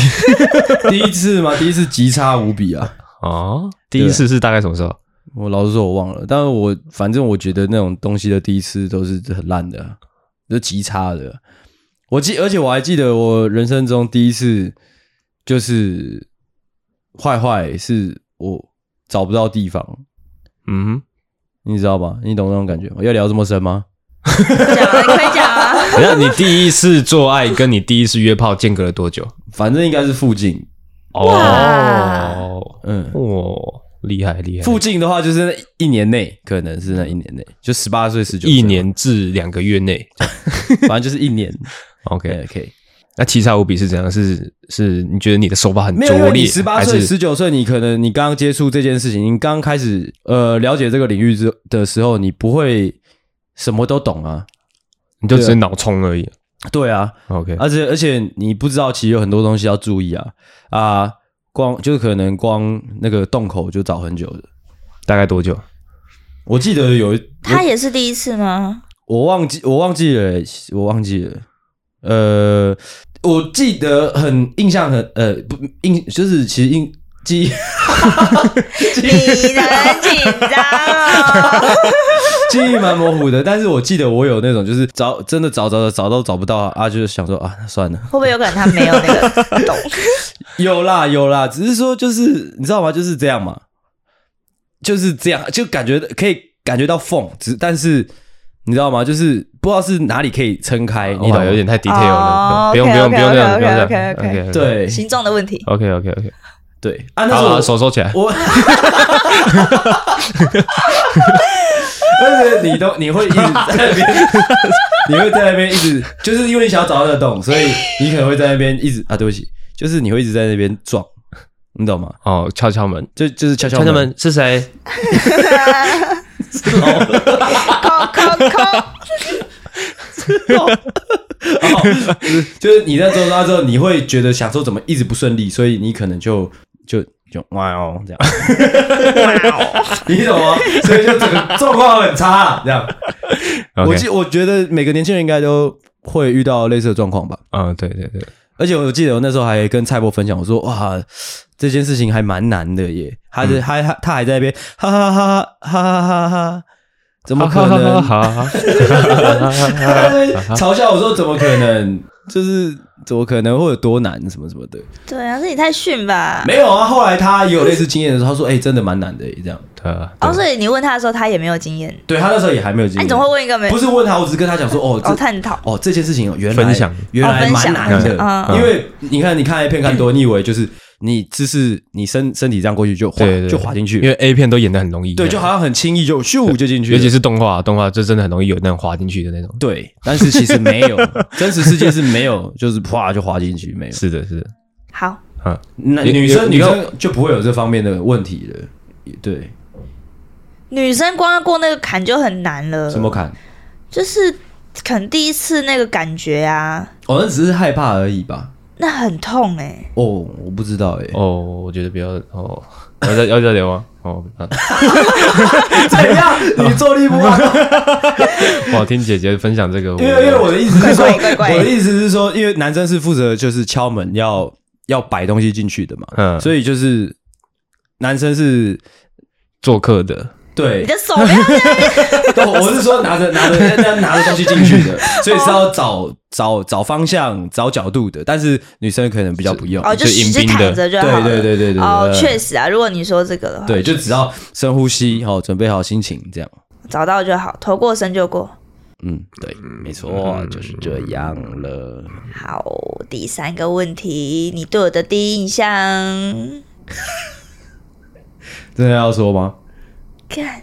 Speaker 4: 第一次嘛，第一次极差无比啊！
Speaker 2: 哦。第一次是大概什么时候？
Speaker 4: 我老实说，我忘了，但是我反正我觉得那种东西的第一次都是很烂的啊，就极差的。我记，而且我还记得我人生中第一次就是坏坏，是我找不到地方，
Speaker 2: 嗯
Speaker 4: 你知道吗？你懂那种感觉吗？要聊这么深吗？
Speaker 3: 讲啊，你快讲啊！
Speaker 4: <laughs>
Speaker 2: 哼，等一下你第一次做爱跟你第一次约炮间隔了多久？
Speaker 4: 反正应该是附近，
Speaker 3: 哇
Speaker 2: 哦，
Speaker 4: 嗯，
Speaker 2: 哇，厉害厉害！
Speaker 4: 附近的话就是那一年内，可能是那一年内，就十八岁、十九，
Speaker 2: 一，年至两个月内
Speaker 4: 反正就是一年。
Speaker 2: ，OK。
Speaker 4: 可以。
Speaker 2: 那奇差无比是怎样？是是，你觉得你的手法很
Speaker 4: 没有，因
Speaker 2: 拙
Speaker 4: 为你
Speaker 2: 劣，
Speaker 4: 十八
Speaker 2: 嗯还
Speaker 4: 岁、
Speaker 2: 是
Speaker 4: 十九岁，你可能你刚刚接触这件事情，你刚开始呃了解这个领域之的时候，你不会什么都懂啊。
Speaker 2: 你就只是脑冲而已
Speaker 4: 对啊，
Speaker 2: ？OK，
Speaker 4: 而且而且你不知道，其实有很多东西要注意啊啊，光就是可能光那个洞口就找很久的。
Speaker 2: 大概多久？
Speaker 4: 我记得有一
Speaker 3: 他也是第一次吗？
Speaker 4: 我忘记我忘记了，我忘记了。呃，我记得很印象很呃不印就是其实印记忆哦
Speaker 3: 你很紧张哦。
Speaker 4: <laughs> 记忆蛮模糊的，但是我记得我有那种就是找真的找找找找都找不到啊，啊就是想说啊，那算了，
Speaker 3: 会不会有可能他没有那个
Speaker 4: <laughs>
Speaker 3: 懂？
Speaker 4: 有啦有啦，只是说就是你知道吗？就是这样嘛，就是这样，就感觉可以感觉到缝，只但是你知道吗？就是不知道是哪里可以撑开，你
Speaker 2: 你
Speaker 4: 懂
Speaker 2: 懂
Speaker 4: 吗
Speaker 2: 哦有点太 detail 了，
Speaker 3: 哦
Speaker 2: 不用不用不用
Speaker 3: OK，OK，OK，OK，OK，OK，OK
Speaker 2: 这样，不用这样。OK，OK，OK
Speaker 4: 对
Speaker 3: 形状的问题？
Speaker 2: OK OK OK，
Speaker 4: 对啊，那时
Speaker 2: 好
Speaker 4: 候
Speaker 2: 了，
Speaker 4: 我
Speaker 2: 手收起来。
Speaker 4: 我，但是你都你会一直在那
Speaker 2: <laughs>
Speaker 4: 边，你会在那边一直，就是因为你想要找到那个洞，所以你可能会在那边一直啊，对不起，就是你会一直在那边撞，你懂吗？
Speaker 2: 哦，敲敲门，
Speaker 4: 就就是敲敲
Speaker 2: 敲敲门是谁？
Speaker 3: 扣扣扣！
Speaker 4: 哦就是你在做它之后，你会觉得想说怎么一直不顺利，所以你可能就就就哇哦
Speaker 2: <laughs>
Speaker 4: 这样，你懂吗？所以就整个状况很差这样。我
Speaker 2: OK，
Speaker 4: 记我觉得每个年轻人应该都会遇到类似的状况吧。
Speaker 2: 嗯，对对对，
Speaker 4: 而且我记得我那时候还跟蔡伯分享，我说哇，这件事情还蛮难的耶。他的、他他他还在那边哈哈哈哈哈哈哈哈，怎么可能？
Speaker 2: 好，
Speaker 4: 他在那边嘲笑我说怎么可能？就是怎么可能会有多难什么什么的？
Speaker 3: <laughs> 对啊，这也太逊吧！
Speaker 4: 没有啊。后来他也有类似经验的时候，他说哎、真的蛮难的耶，这样。
Speaker 2: 对啊，
Speaker 4: <laughs>
Speaker 3: 哦，所以你问他的时候，他也没有经验。
Speaker 4: 对他那时候也还没有经
Speaker 3: 那、
Speaker 4: 验。
Speaker 3: 你怎么会问一个没？
Speaker 4: 不是问他，我只是跟他讲说哦，这
Speaker 3: 哦，探讨。
Speaker 4: 哦，这件事情哦，原来
Speaker 2: 分享
Speaker 4: 原来蛮难
Speaker 3: 哦
Speaker 4: 的，
Speaker 3: 分享嗯
Speaker 4: 因为你看，你看 A 片看多，你以为就是你姿势，你身身体这样过去就滑
Speaker 2: 对对对
Speaker 4: 就滑进
Speaker 2: 因
Speaker 4: 去，
Speaker 2: 为 A 片都演的很容易，
Speaker 4: 对，就好像很轻易就咻就进去
Speaker 2: 尤
Speaker 4: 了，
Speaker 2: 其是动画，动画就真的很容易有那种滑进去的那种。
Speaker 4: 对，但是其实没有， <laughs> 真实世界是没有，就是啪就滑进去没有。
Speaker 2: 是的，是的，
Speaker 3: 好，
Speaker 2: 嗯，
Speaker 4: 那
Speaker 2: 有
Speaker 4: 女
Speaker 2: 有
Speaker 4: 生女
Speaker 2: 有
Speaker 4: 生就不会有这方面的问题了，对，
Speaker 3: 女生光要过那个坎就很难
Speaker 2: 呃
Speaker 3: 了。
Speaker 4: 什么？坎？
Speaker 3: 就是可能第一次那个感觉啊，
Speaker 4: 哦，那只是害怕而已吧。
Speaker 3: 那很痛哎、
Speaker 4: 哦，我不知道哎，
Speaker 2: 哦，我觉得不要哦，要再要再聊吗？哦，啊
Speaker 4: 怎样？ <laughs> 你坐立不安吗？
Speaker 2: 哇，听姐姐分享这个，
Speaker 4: <laughs> 因为因为我的意思是说，
Speaker 3: 怪怪怪怪
Speaker 4: 我的意思是说，因为男生是负责就是敲门要要摆东西进去的嘛，
Speaker 2: 嗯
Speaker 4: 所以就是男生是
Speaker 2: 做客的，
Speaker 4: 对
Speaker 3: 你，的
Speaker 2: <laughs>
Speaker 3: 手不要这样，
Speaker 4: <laughs> 我我是说拿着拿着拿拿着东西进去
Speaker 3: <laughs>
Speaker 4: 的，所以是
Speaker 3: 哦
Speaker 4: 要找找找方向找角度的，但是女生可能比较不用，
Speaker 3: 哦，就
Speaker 2: 就迎
Speaker 3: 就
Speaker 2: 宾
Speaker 3: 躺
Speaker 2: 的
Speaker 3: 着就
Speaker 4: 对
Speaker 3: 好了。
Speaker 4: 对对对对对，
Speaker 3: 哦，
Speaker 4: 对
Speaker 3: 确实啊，如果你说这个的话，
Speaker 4: 对，就只要深呼吸，好，准备好心情这样。
Speaker 3: 找到就好，头过身就过。
Speaker 4: 嗯，对，没错，就是这样了。
Speaker 3: 好，第三个问题，你对我的第一印象，
Speaker 4: 真的要说吗？
Speaker 3: 看，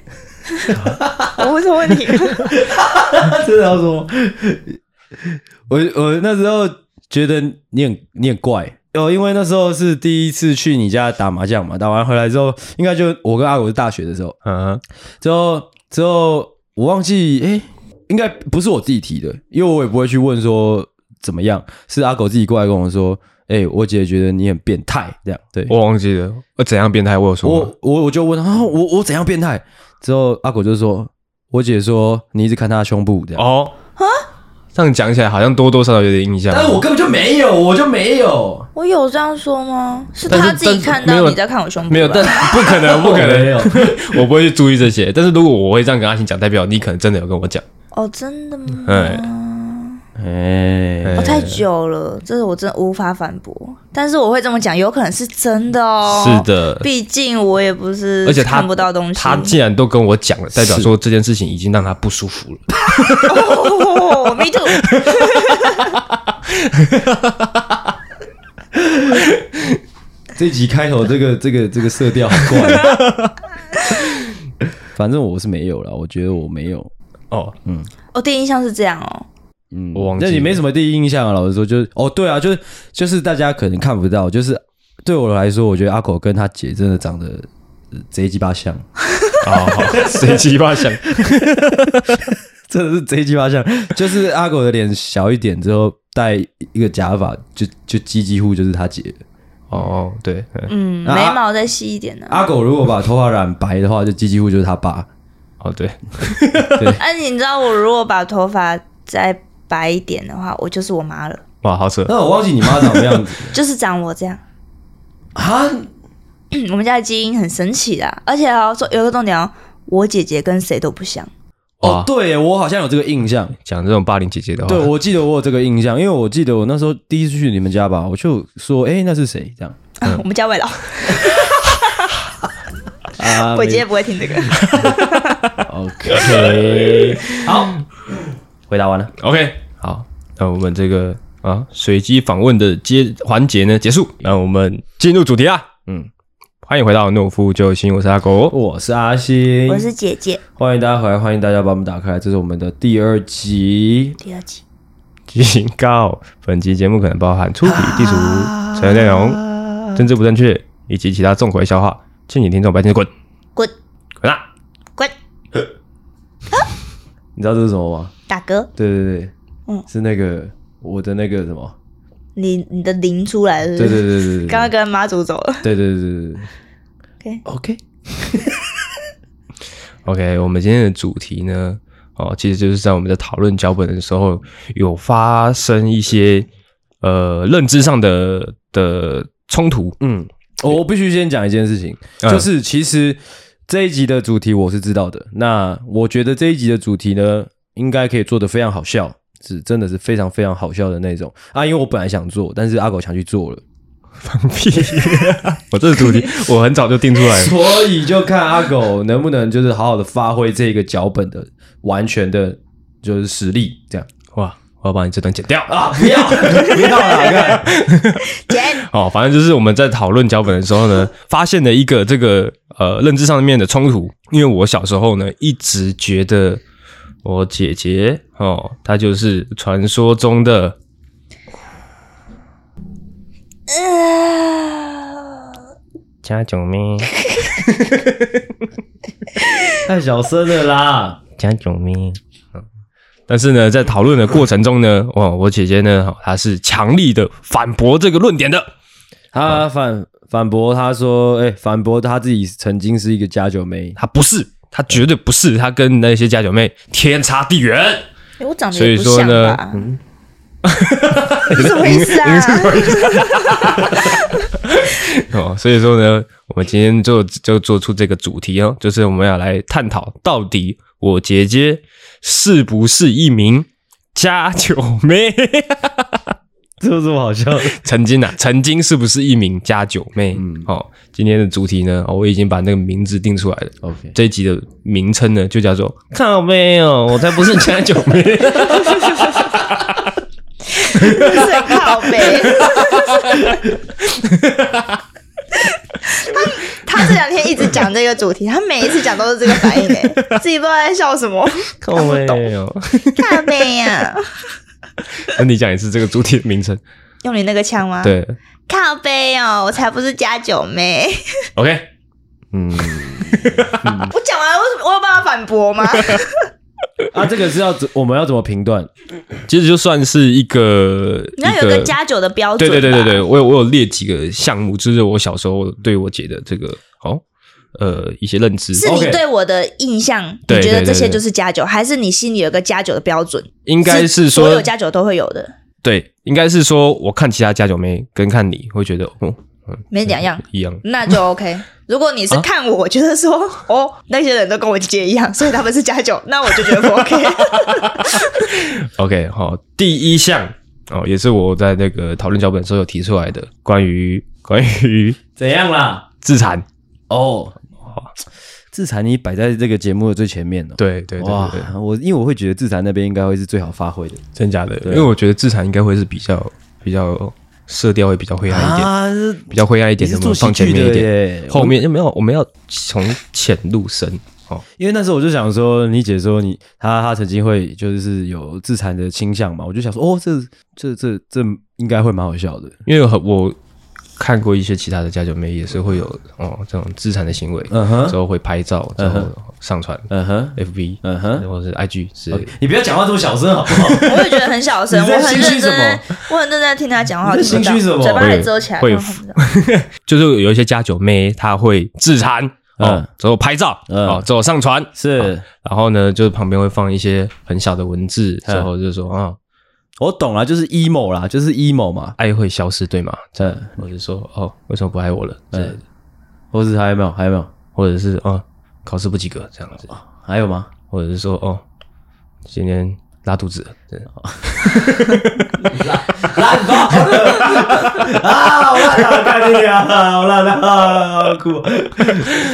Speaker 3: 我问什么问题？
Speaker 4: <laughs> 真的要说，我我那时候觉得你很你很怪哦，因为那时候是第一次去你家打麻将嘛，打完回来之后，应该就我跟阿狗是大学的时候，
Speaker 2: 嗯，
Speaker 4: 之后之后我忘记诶，应该不是我自己提的，因为我也不会去问说怎么样，是阿狗自己过来跟我说，诶，我姐觉得你很变态这样，对
Speaker 2: 我忘记了，我怎样变态？我有说吗
Speaker 4: 我我我就问他、啊我我怎样变态，之后阿狗就说。我姐说：“你一直看她的胸部，这样。”
Speaker 2: 哦这样讲起来好像多多少少有点印象，
Speaker 4: 但是我根本就没有，我就没有，
Speaker 3: 我有这样说吗？是
Speaker 2: 但是
Speaker 3: 他自己
Speaker 2: 但是
Speaker 3: 看
Speaker 2: 没
Speaker 3: 到
Speaker 2: 有
Speaker 3: 你在看我胸部吧，
Speaker 2: 没有，
Speaker 4: <laughs>
Speaker 2: 但不可能，不可
Speaker 4: 没
Speaker 2: 能，
Speaker 4: 有。
Speaker 2: <laughs> 我不会去注意这些。但是如果我会这样跟阿信讲，代表你可能真的有跟我讲。
Speaker 3: 哦，真的吗？
Speaker 2: 哎
Speaker 4: 哎
Speaker 3: 我、太久了，这是我真的无法反驳。但是我会这么讲，有可能是真的哦。
Speaker 2: 是，的，
Speaker 3: 毕竟我也不是，
Speaker 2: 而且他
Speaker 3: 看不到东西。 <laughs>
Speaker 2: 他既然都跟我讲了，代表说这件事情已经让他不舒服了。
Speaker 3: 哦，me too。
Speaker 4: 这集开头这个这个这个色调好怪。反正我是没有了，我觉得我没有，
Speaker 2: 哦，
Speaker 3: 我第一印象是这样哦，
Speaker 4: 嗯，
Speaker 2: 我忘记
Speaker 4: 那
Speaker 2: 了
Speaker 4: 你没什么第一印象啊，老实说，就是哦，对啊，就是就是大家可能看不到，就是对我来说，我觉得阿狗跟他姐真的长得呃贼鸡巴像， <laughs>
Speaker 2: 哦，好谁鸡巴想？
Speaker 4: 真的是贼鸡巴像，就是阿狗的脸小一点之后，戴一个假发，就就几几乎就是他姐了。
Speaker 2: 哦，对，嗯
Speaker 3: 嗯，
Speaker 4: 啊
Speaker 3: 眉毛再细一点呢、啊。
Speaker 4: 阿狗如果把头发染白的话，就几几乎就是他爸。
Speaker 2: 哦，对，
Speaker 3: 哎、你知道我如果把头发再白一点的话，我就是我妈了，
Speaker 2: 哇，好扯。
Speaker 4: 那我忘记你妈长什么样子
Speaker 3: 就是长我这样。
Speaker 4: <laughs>
Speaker 3: <clears throat>
Speaker 4: 啊？
Speaker 3: 我们家的基因很神奇的啊、而且哦，说有一个重点哦，我姐姐跟谁都不像。
Speaker 4: 哦
Speaker 2: 哇，
Speaker 4: 对耶，我好像有这个印象。
Speaker 2: 讲这种霸凌姐姐的话，
Speaker 4: 对，我记得我有这个印象，因为我记得我那时候第一次去你们家吧，我就说，哎、那是谁？这样
Speaker 3: <laughs> 啊我们家外老，
Speaker 4: 啊，
Speaker 3: 我姐 <laughs> 姐不会听这个。
Speaker 4: 没 OK，好， <laughs> 回答完了。
Speaker 2: OK，好，那我们这个啊随机访问的接环节呢结束，那我们进入主题啊，嗯，欢迎回到懦夫救星，我是阿狗，
Speaker 4: 我是阿星，
Speaker 3: 我是姐姐，
Speaker 4: 欢迎大家回来，欢迎大家把我们打开来，这是我们的第二集。
Speaker 3: 第二集。
Speaker 2: 警告，本集节目可能包含粗鄙、低俗、成人内容、政治不正确以及其他重口味笑话，敬请听众白天滚
Speaker 3: 滚
Speaker 2: 滚啊！
Speaker 3: 滚！
Speaker 4: 你知道这是什么吗？
Speaker 3: 打嗝，
Speaker 4: 对对对，
Speaker 3: 嗯
Speaker 4: 是那个我的那个什么？
Speaker 3: 你你的灵出来了是
Speaker 4: 对
Speaker 3: 不
Speaker 4: 对
Speaker 3: 是？
Speaker 4: 对对对，
Speaker 3: 刚刚跟妈祖走了。
Speaker 4: 对对对对对
Speaker 3: OK，
Speaker 4: ，OK，
Speaker 2: OK，我们今天的主题呢，哦，其实就是在我们在讨论脚本的时候，有发生一些呃认知上的的冲突。
Speaker 4: 嗯，我我必须先讲一件事情，
Speaker 2: 嗯
Speaker 4: 就是其实这一集的主题我是知道的，那我觉得这一集的主题呢，应该可以做得非常好笑，是真的是非常非常好笑的那种啊，因为我本来想做，但是阿狗想去做了，
Speaker 2: 屁！ <laughs> 我这个主题我很早就定出
Speaker 4: 哎
Speaker 2: 来了。
Speaker 4: 所以就看阿狗能不能就是好好的发挥这个脚本的完全的，就是实力这样
Speaker 2: 哇，我要把你这段剪掉。
Speaker 4: 啊！不要 <laughs> 不要啦，看
Speaker 3: 姐，
Speaker 2: 哦，反正就是我们在讨论脚本的时候呢，发现了一个这个呃认知上面的冲突。因为我小时候呢，一直觉得我姐姐哦，她就是传说中的
Speaker 3: 呃
Speaker 2: 家九妹，
Speaker 4: <laughs> 太小声了啦！
Speaker 2: 家九妹。嗯但是呢，在讨论的过程中呢，哦，我姐姐呢，哦她是强力的反驳这个论点的。
Speaker 4: 他反反驳他说，哎、反驳他自己曾经是一个家酒妹，
Speaker 2: 她不是，她绝对不是，她跟那些家九妹天差地远。
Speaker 3: 诶哎我长得
Speaker 2: 所以
Speaker 3: 也不像
Speaker 2: 说呢嗯
Speaker 3: 吧？ <laughs> 什么意思啊？
Speaker 2: <laughs> 哦，所以说呢，我们今天就就做出这个主题哦，就是我们要来探讨到底我姐姐是不是一名家酒妹？ <laughs>
Speaker 4: 这有什么好笑的？
Speaker 2: 曾经啊，曾经是不是一名家酒妹？嗯，哦，今天的主题呢，哦我已经把那个名字定出来了。
Speaker 4: OK
Speaker 2: 这一集的名称呢，就叫做“靠妹哦，我才不是家酒妹
Speaker 3: 最靠背。 <laughs> 他他这两天一直讲这个主题，他每一次讲都是这个反应、欸，自己不知道在笑什
Speaker 2: <laughs>
Speaker 3: 么，”，
Speaker 2: 靠妹哦。
Speaker 3: 靠背啊呀、
Speaker 2: <laughs> 那你讲一次这个主题的名称？
Speaker 3: 用你那个腔吗？，
Speaker 2: 对
Speaker 3: 靠背哦，我才不是加九妹。
Speaker 2: ，OK，
Speaker 3: 我讲完，我我有办法反驳
Speaker 2: <laughs>
Speaker 3: 吗？
Speaker 4: <laughs> 啊，这个是要怎我们要怎么评断？
Speaker 2: 其实就算是一个，
Speaker 3: 你要有个加九的标
Speaker 2: 对
Speaker 3: 哦准。
Speaker 2: 对对对对，，我有我有列几个项目，就是我小时候对我姐的这个哦呃一些认知，
Speaker 3: 是你
Speaker 4: OK
Speaker 3: 对我的印象，
Speaker 2: 对
Speaker 3: 你觉得
Speaker 2: 对对
Speaker 3: 这些
Speaker 2: 对
Speaker 3: 就是加九，还是你心里有个加九的标准？
Speaker 2: 应该是
Speaker 3: 所有
Speaker 2: 说
Speaker 3: 加九都会有的，
Speaker 2: 对，应该是说我看其他家酒妹跟看你会觉得哦
Speaker 3: 没两样。
Speaker 2: 一样，
Speaker 3: 那就 OK。如果你是看我，我觉得说、哦，那些人都跟我姐姐一样，所以他们是加九，那我就觉得不 OK。
Speaker 2: OK，好，第一项哦，也是我在那个讨论脚本的时候有提出来的，关于关于
Speaker 4: 怎样啦？
Speaker 2: 自残，
Speaker 4: 哦，自残你摆在这个节目的最前面了、
Speaker 2: 对对对对对，
Speaker 4: 哇，我因为我会觉得自残那边应该会是最好发挥的
Speaker 2: 真假的，因为我觉得自残应该会是比较比较色调会比较灰暗一点，
Speaker 4: 啊，是
Speaker 2: 比较灰暗一点
Speaker 4: 你
Speaker 2: 的，
Speaker 4: 是
Speaker 2: 我们
Speaker 4: 做
Speaker 2: 放前
Speaker 4: 喜剧
Speaker 2: 面一
Speaker 4: 的
Speaker 2: 点，
Speaker 4: 耶。
Speaker 2: 后面没有，我们要从浅入深哦。
Speaker 4: 因为那时候我就想说，你姐说你她她曾经会就是有自残的倾向嘛，我就想说，哦，这这这这应该会蛮好笑的。
Speaker 2: 因为很我看过一些其他的家酒妹也是会有哦这种自残的行为，
Speaker 4: 嗯哼
Speaker 2: 之后会拍照，之后上传
Speaker 4: 嗯哼，
Speaker 2: FB，
Speaker 4: 嗯哼
Speaker 2: 或者是 IG 之类的。
Speaker 4: 你不要讲话这么小声好不好？
Speaker 3: 我也觉得很小声，
Speaker 4: 你在
Speaker 3: 我很
Speaker 4: 心虚
Speaker 3: 认真
Speaker 4: 什么
Speaker 3: 在，我很认真在听他讲话，
Speaker 4: 你在
Speaker 3: 听不到
Speaker 4: 心虚什么
Speaker 3: 嘴巴
Speaker 2: 会
Speaker 3: 还遮起来，
Speaker 2: 会
Speaker 3: 我看不到
Speaker 2: 就是有一些家酒妹她会自残。哦
Speaker 4: 嗯，
Speaker 2: 之后拍照，
Speaker 4: 嗯
Speaker 2: 哦，之后上传，
Speaker 4: 是
Speaker 2: 然后呢，就是旁边会放一些很小的文字，
Speaker 4: 嗯
Speaker 2: 之后就说啊，
Speaker 4: 我懂了，就是 emo 啦，就是 emo 嘛，
Speaker 2: 爱会消失，对吗？这样
Speaker 4: 嗯，
Speaker 2: 我就说哦，为什么不爱我了？之类的，
Speaker 4: 或是还有没有？还有没有？
Speaker 2: 或者是啊，考试不及格这样子，
Speaker 4: 还有吗？
Speaker 2: 或者是说哦，今天拉肚子了，这样
Speaker 4: 烂爆了啊！好烂啊！看你啊，好烂啊！好酷。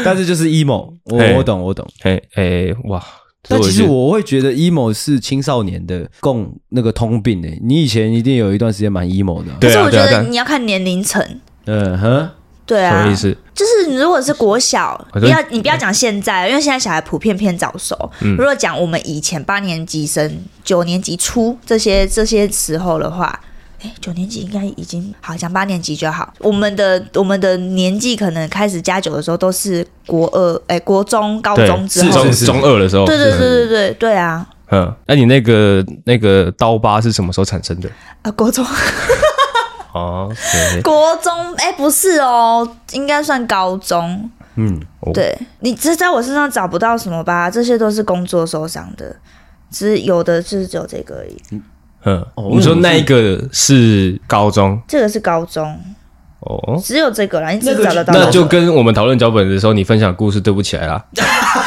Speaker 4: 但是就是 emo，
Speaker 2: 嘿
Speaker 4: 我我懂我懂。
Speaker 2: 哎哎哇！
Speaker 4: 但其实
Speaker 2: 觉得
Speaker 4: 我会觉得 emo 是青少年的共那个通病诶、欸你以前一定有一段时间蛮 emo 的啊、
Speaker 2: 对
Speaker 3: 可是
Speaker 2: 啊
Speaker 3: 我觉
Speaker 2: 对啊对
Speaker 3: 得
Speaker 2: 啊
Speaker 3: 你要看年龄层，
Speaker 4: 嗯哼，
Speaker 3: 对
Speaker 2: 什
Speaker 3: 啊
Speaker 2: 么意，思？
Speaker 3: 就是你如果是国小，
Speaker 2: 我
Speaker 3: 不
Speaker 2: 觉得
Speaker 3: 要你不要讲现在，因为现在小孩普遍偏早熟。
Speaker 2: 嗯
Speaker 3: 如果讲我们以前八年级生、九年级初这些这些时候的话，哎，九年级应该已经好，讲八年级就好。我们的我们的年纪可能开始加九的时候都是国二，哎，国中、高
Speaker 2: 对，
Speaker 3: 中之
Speaker 2: 是
Speaker 3: 后
Speaker 2: 中
Speaker 4: 是是
Speaker 2: 中二的时候，
Speaker 3: 对对
Speaker 2: 是
Speaker 3: 对对对对啊！
Speaker 2: 嗯，那你那个那个刀疤是什么时候产生的？
Speaker 3: 啊，国
Speaker 2: <laughs>
Speaker 3: 中，
Speaker 2: 哦，
Speaker 3: 国中，哎、不是哦，应该算高中。
Speaker 4: 嗯，
Speaker 2: 哦
Speaker 3: 对你这在我身上找不到什么吧？这些都是工作受伤的，只是有的是只有这个而已。
Speaker 2: <laughs> 嗯，
Speaker 4: 哦
Speaker 2: 你说那一个是高中
Speaker 3: 这个是高中，
Speaker 2: 哦，
Speaker 3: 只有这个了，你只
Speaker 4: 那个
Speaker 3: 找得到的。
Speaker 2: 那就跟我们讨论脚本的时候你分享的故事对不起来啊啦。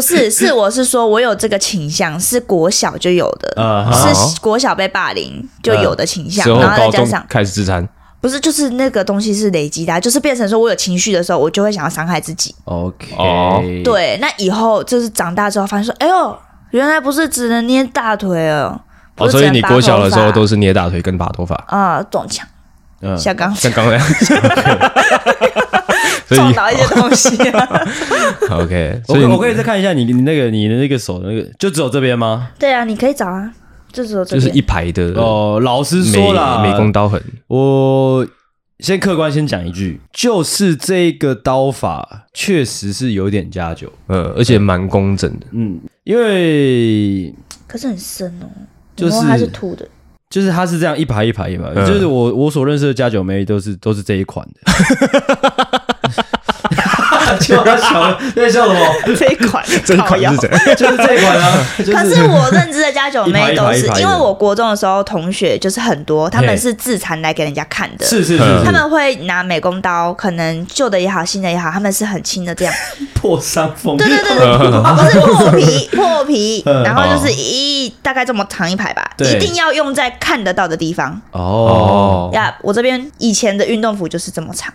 Speaker 2: <laughs>
Speaker 3: 是，是我是说，我有这个倾向，是国小就有的，
Speaker 4: 啊
Speaker 2: 哈
Speaker 3: 是国小被霸凌就有的倾向，
Speaker 2: 之后
Speaker 3: 然后再
Speaker 2: 高
Speaker 3: 加
Speaker 2: 中
Speaker 3: 上
Speaker 2: 开始自残，
Speaker 3: 不是，就是那个东西是累积的啊、就是变成说我有情绪的时候，我就会想要伤害自己。
Speaker 4: ，OK，
Speaker 2: 哦
Speaker 3: 对，那以后就是长大之后发现说，哎呦，原来不是只能捏大腿哦，不
Speaker 2: 哦，
Speaker 3: 是
Speaker 2: 所以你国小的时候都
Speaker 3: 是
Speaker 2: 是捏大腿跟拔头
Speaker 3: <laughs>
Speaker 2: 发，
Speaker 3: 啊撞墙、
Speaker 4: 嗯
Speaker 3: 下岗
Speaker 2: 像刚刚那样。所
Speaker 3: 撞
Speaker 2: 以
Speaker 3: 倒一些东
Speaker 4: <laughs>
Speaker 3: 西、啊。
Speaker 2: OK，
Speaker 4: 我
Speaker 2: 所以
Speaker 4: 可我可以再看一下你你那个你的那个手那个，就只有这边吗？
Speaker 3: 对啊，你可以找啊，就只有这
Speaker 2: 就是
Speaker 3: 边。
Speaker 2: 一排的
Speaker 4: 哦，老实
Speaker 2: 美
Speaker 4: 说啦，
Speaker 2: 美工刀痕，
Speaker 4: 我先客观先讲一句，就是这个刀法确实是有点加酒，
Speaker 2: 呃，而且蛮工整的。
Speaker 4: 嗯，因为
Speaker 3: 可是很深哦，
Speaker 4: 就是
Speaker 3: 然后它是凸的，
Speaker 4: 就是它是这样一排一排一排，
Speaker 2: 嗯
Speaker 4: 就是我我所认识的加酒妹都是都是这一款的。就他笑了，在笑什么？
Speaker 3: <laughs> 这一款靠腰
Speaker 2: 怎样？
Speaker 4: 就是这一款啊，就
Speaker 3: 可是我认知的家 <laughs> 九
Speaker 4: 一排
Speaker 3: 妹
Speaker 4: 一
Speaker 3: 都
Speaker 4: 排
Speaker 3: 是
Speaker 4: 一排，的
Speaker 3: 因为我国中的时候同学就是很多，他
Speaker 4: 嘿
Speaker 3: 们是自残来给人家看的，
Speaker 4: 是是是
Speaker 2: 嗯
Speaker 4: 是
Speaker 3: 他们会拿美工刀，可能旧的也好，新的也好，他们是很轻的 <laughs> 这样，
Speaker 4: 破伤风，
Speaker 3: 对对对对，
Speaker 4: <laughs>
Speaker 3: 不是破皮破皮，然后就是一大概这么长一排吧，
Speaker 4: 嗯对
Speaker 3: 一定要用在看得到的地方
Speaker 4: 哦
Speaker 2: 哦，
Speaker 3: 呀。我这边以前的运动服就是这么长，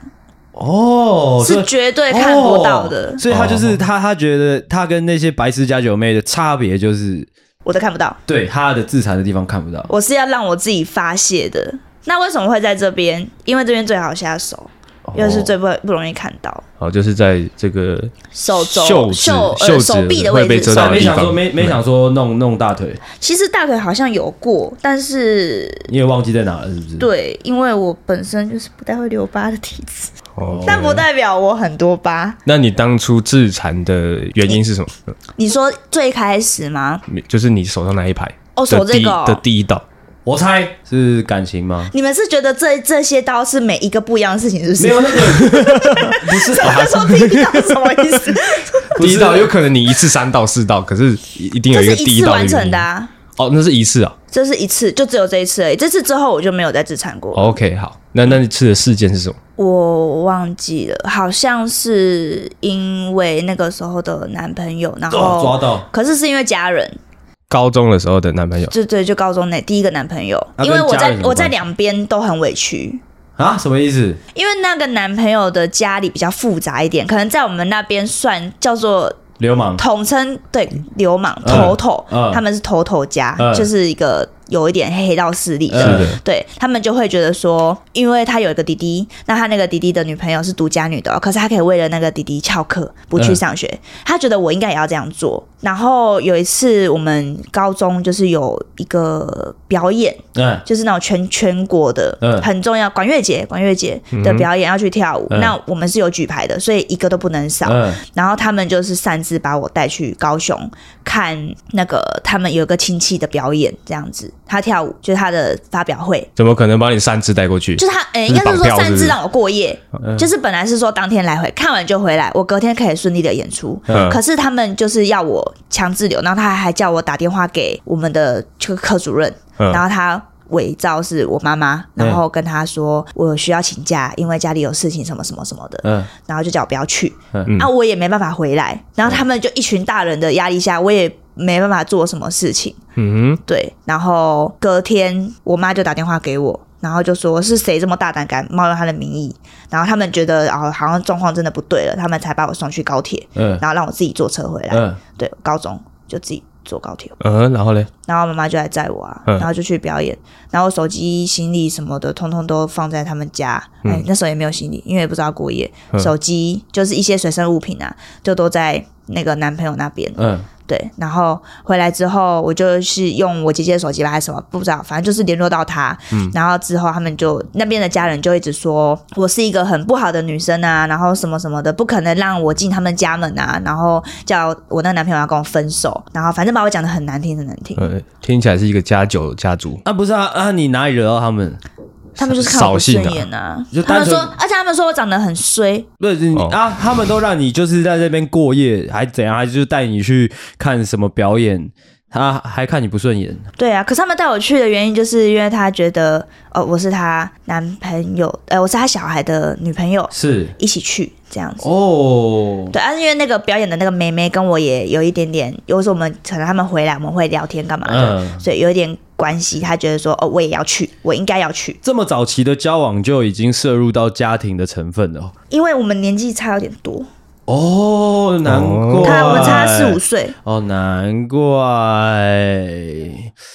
Speaker 4: 哦，所以
Speaker 3: 是绝对看不到的
Speaker 4: 哦，所以他就是他，他觉得他跟那些白痴加九妹的差别就是，
Speaker 3: 我都看不到，
Speaker 4: 对他的自残的地方看不到。
Speaker 3: 我是要让我自己发泄的。那为什么会在这边？因为这边最好下手，
Speaker 2: 哦
Speaker 3: 又是最不不容易看到。
Speaker 2: 好，就是在这个
Speaker 3: 手肘、
Speaker 2: 袖子
Speaker 3: 袖
Speaker 2: 袖
Speaker 3: 呃
Speaker 2: 子
Speaker 3: 手臂的
Speaker 2: 会被
Speaker 3: 位置
Speaker 2: 遮到
Speaker 4: 但没
Speaker 3: 手臂
Speaker 4: 想说
Speaker 2: 地方
Speaker 4: 没没想说弄弄大腿，
Speaker 3: 其实大腿好像有过，但是
Speaker 4: 你也忘记在哪了是不是？
Speaker 3: 对，因为我本身就是不太会留疤的体质，
Speaker 2: 哦，
Speaker 3: 但不代表我很多疤。
Speaker 2: 那你当初自残的原因是什么？
Speaker 3: 你说最开始吗？
Speaker 2: 你就是你手上那一排
Speaker 3: 哦，手
Speaker 2: 的
Speaker 3: 这
Speaker 2: 第一
Speaker 3: 个、哦
Speaker 2: 的第一道，
Speaker 4: 我猜是感情吗？
Speaker 3: 你们是觉得这这些刀是每一个不一样的事情，是不是？
Speaker 4: 没
Speaker 3: <laughs>
Speaker 4: 有那个 <laughs> 不是
Speaker 3: 他说第一刀什么意
Speaker 2: <laughs>
Speaker 3: 思？
Speaker 4: 不
Speaker 2: 第
Speaker 4: 是
Speaker 2: 一道有可能你一次三到四道，可是一一定有
Speaker 3: 这
Speaker 2: 一
Speaker 3: 是
Speaker 2: 个第
Speaker 3: 一
Speaker 2: 一
Speaker 3: 次
Speaker 2: 道
Speaker 3: 完
Speaker 2: 原
Speaker 3: 成
Speaker 2: 因
Speaker 3: 的、啊，
Speaker 2: 哦，那是一次啊。
Speaker 3: 这是一次，就只有这一次而已。这次之后我就没有再自残过了。
Speaker 4: 哦
Speaker 2: 哦 OK，好，那那一次的事件是什么？
Speaker 3: 我忘记了，好像是因为那个时候的男朋友，然
Speaker 4: 哦 <laughs> 抓
Speaker 3: 后
Speaker 4: 到，
Speaker 3: 可是是因为家人，
Speaker 2: 高中的时候的男朋友
Speaker 3: 就对，就高中那第一个男朋友，
Speaker 4: 那
Speaker 3: 因
Speaker 4: 啊跟
Speaker 3: 为我
Speaker 4: 家人有
Speaker 3: 在
Speaker 4: 什么
Speaker 3: 我在
Speaker 4: 关系
Speaker 3: 两边都很委屈，
Speaker 4: 啊？什么意思？
Speaker 3: 因为那个男朋友的家里比较复杂一点，可能在我们那边算叫做
Speaker 4: 流氓
Speaker 3: 统称对流氓
Speaker 4: 嗯
Speaker 3: 头头，
Speaker 4: 嗯
Speaker 3: 他们是头头家，
Speaker 4: 嗯
Speaker 3: 就是一个有一点黑道势力的，
Speaker 4: 是
Speaker 2: 的
Speaker 3: 对他们就会觉得说，因为他有一个弟弟，那他那个弟弟的女朋友是独家女的哦、可是他可以为了那个弟弟翘课不去上学，他觉得我应该也要这样做。然后有一次我们高中就是有一个表演，
Speaker 4: 嗯
Speaker 3: 就是那种全全国的、
Speaker 4: 嗯
Speaker 3: 很重要管乐节管乐节的表演要去跳舞，那我们是有举牌的，所以一个都不能少。
Speaker 4: 嗯
Speaker 3: 然后他们就是擅自把我带去高雄看那个他们有个亲戚的表演，这样子，他跳舞就是他的发表会，
Speaker 2: 怎么可能把你擅自带过去？
Speaker 3: 就是他，呃、
Speaker 2: 就是
Speaker 3: 应该
Speaker 2: 绑
Speaker 3: 是说
Speaker 2: 票是
Speaker 3: 擅
Speaker 2: 不
Speaker 3: 自
Speaker 2: 是嗯
Speaker 3: 让我过夜，就是本来是说当天来回，看完就回来，我隔天可以顺利的演出。
Speaker 2: 嗯
Speaker 3: 可是他们就是要我强制留，然后他还叫我打电话给我们的这个科主任，
Speaker 2: 嗯
Speaker 3: 然后他。伪造是我妈妈，然后跟他说我需要请假，因为家里有事情什么什么什么的，
Speaker 4: 嗯
Speaker 3: 然后就叫我不要去。
Speaker 2: 嗯
Speaker 3: 啊，我也没办法回来。然后他们就一群大人的压力下，我也没办法做什么事情。
Speaker 2: 嗯
Speaker 3: 对，然后隔天我妈就打电话给我，然后就说是谁这么大胆敢冒用她的名义，然后他们觉得哦好像状况真的不对了，他们才把我送去高铁，
Speaker 4: 嗯
Speaker 3: 然后让我自己坐车回来。
Speaker 4: 嗯，
Speaker 3: 对，高中就自己坐高铁，
Speaker 2: 哼，嗯，然后嘞，
Speaker 3: 然后妈妈就来载我啊，
Speaker 2: 嗯
Speaker 3: 然后就去表演，然后手机、行李什么的，通通都放在他们家。哎、
Speaker 4: 嗯
Speaker 3: 那时候也没有行李，因为也不知道过夜，手机就是一些随身物品啊，就都在那个男朋友那边。
Speaker 4: 嗯
Speaker 3: 对，然后回来之后，我就是用我姐姐的手机吧，还是什么，不知道，反正就是联络到她。然后之后他们就那边的家人就一直说我是一个很不好的女生啊，然后什么什么的，不可能让我进他们家门啊，然后叫我那个男朋友要跟我分手，然后反正把我讲的很难听，很难听。
Speaker 2: 呃，听起来是一个家酒家族，
Speaker 4: 啊，不是啊啊，你哪里惹到他们？
Speaker 3: 他们就是看我不
Speaker 2: 扫兴
Speaker 3: 顺
Speaker 2: 啊
Speaker 3: 眼啊，
Speaker 4: 就
Speaker 3: 他
Speaker 4: 单
Speaker 3: 们
Speaker 4: 纯
Speaker 3: 说，而且他们说我长得很衰，
Speaker 4: 不是你
Speaker 2: 哦
Speaker 4: 啊，他们都让你就是在这边过夜，还怎样？还就是带你去看什么表演？他还看你不顺眼，
Speaker 3: 对啊，可是他们带我去的原因，就是因为他觉得，呃，我是他男朋友，呃，我是他小孩的女朋友，
Speaker 4: 是
Speaker 3: 一起去这样子。
Speaker 4: 哦，
Speaker 3: 对，啊，因为那个表演的那个妹妹跟我也有一点点，有时候我们可能他们回来我们会聊天干嘛的，
Speaker 4: 嗯
Speaker 3: 所以有一点关系。他觉得说，哦，我也要去，我应该要去，
Speaker 4: 这么早期的交往就已经摄入到家庭的成分了。
Speaker 3: 因为我们年纪差有点多，
Speaker 4: 哦，难怪
Speaker 2: 哇
Speaker 3: 他我们差四五岁，
Speaker 4: 哦，难怪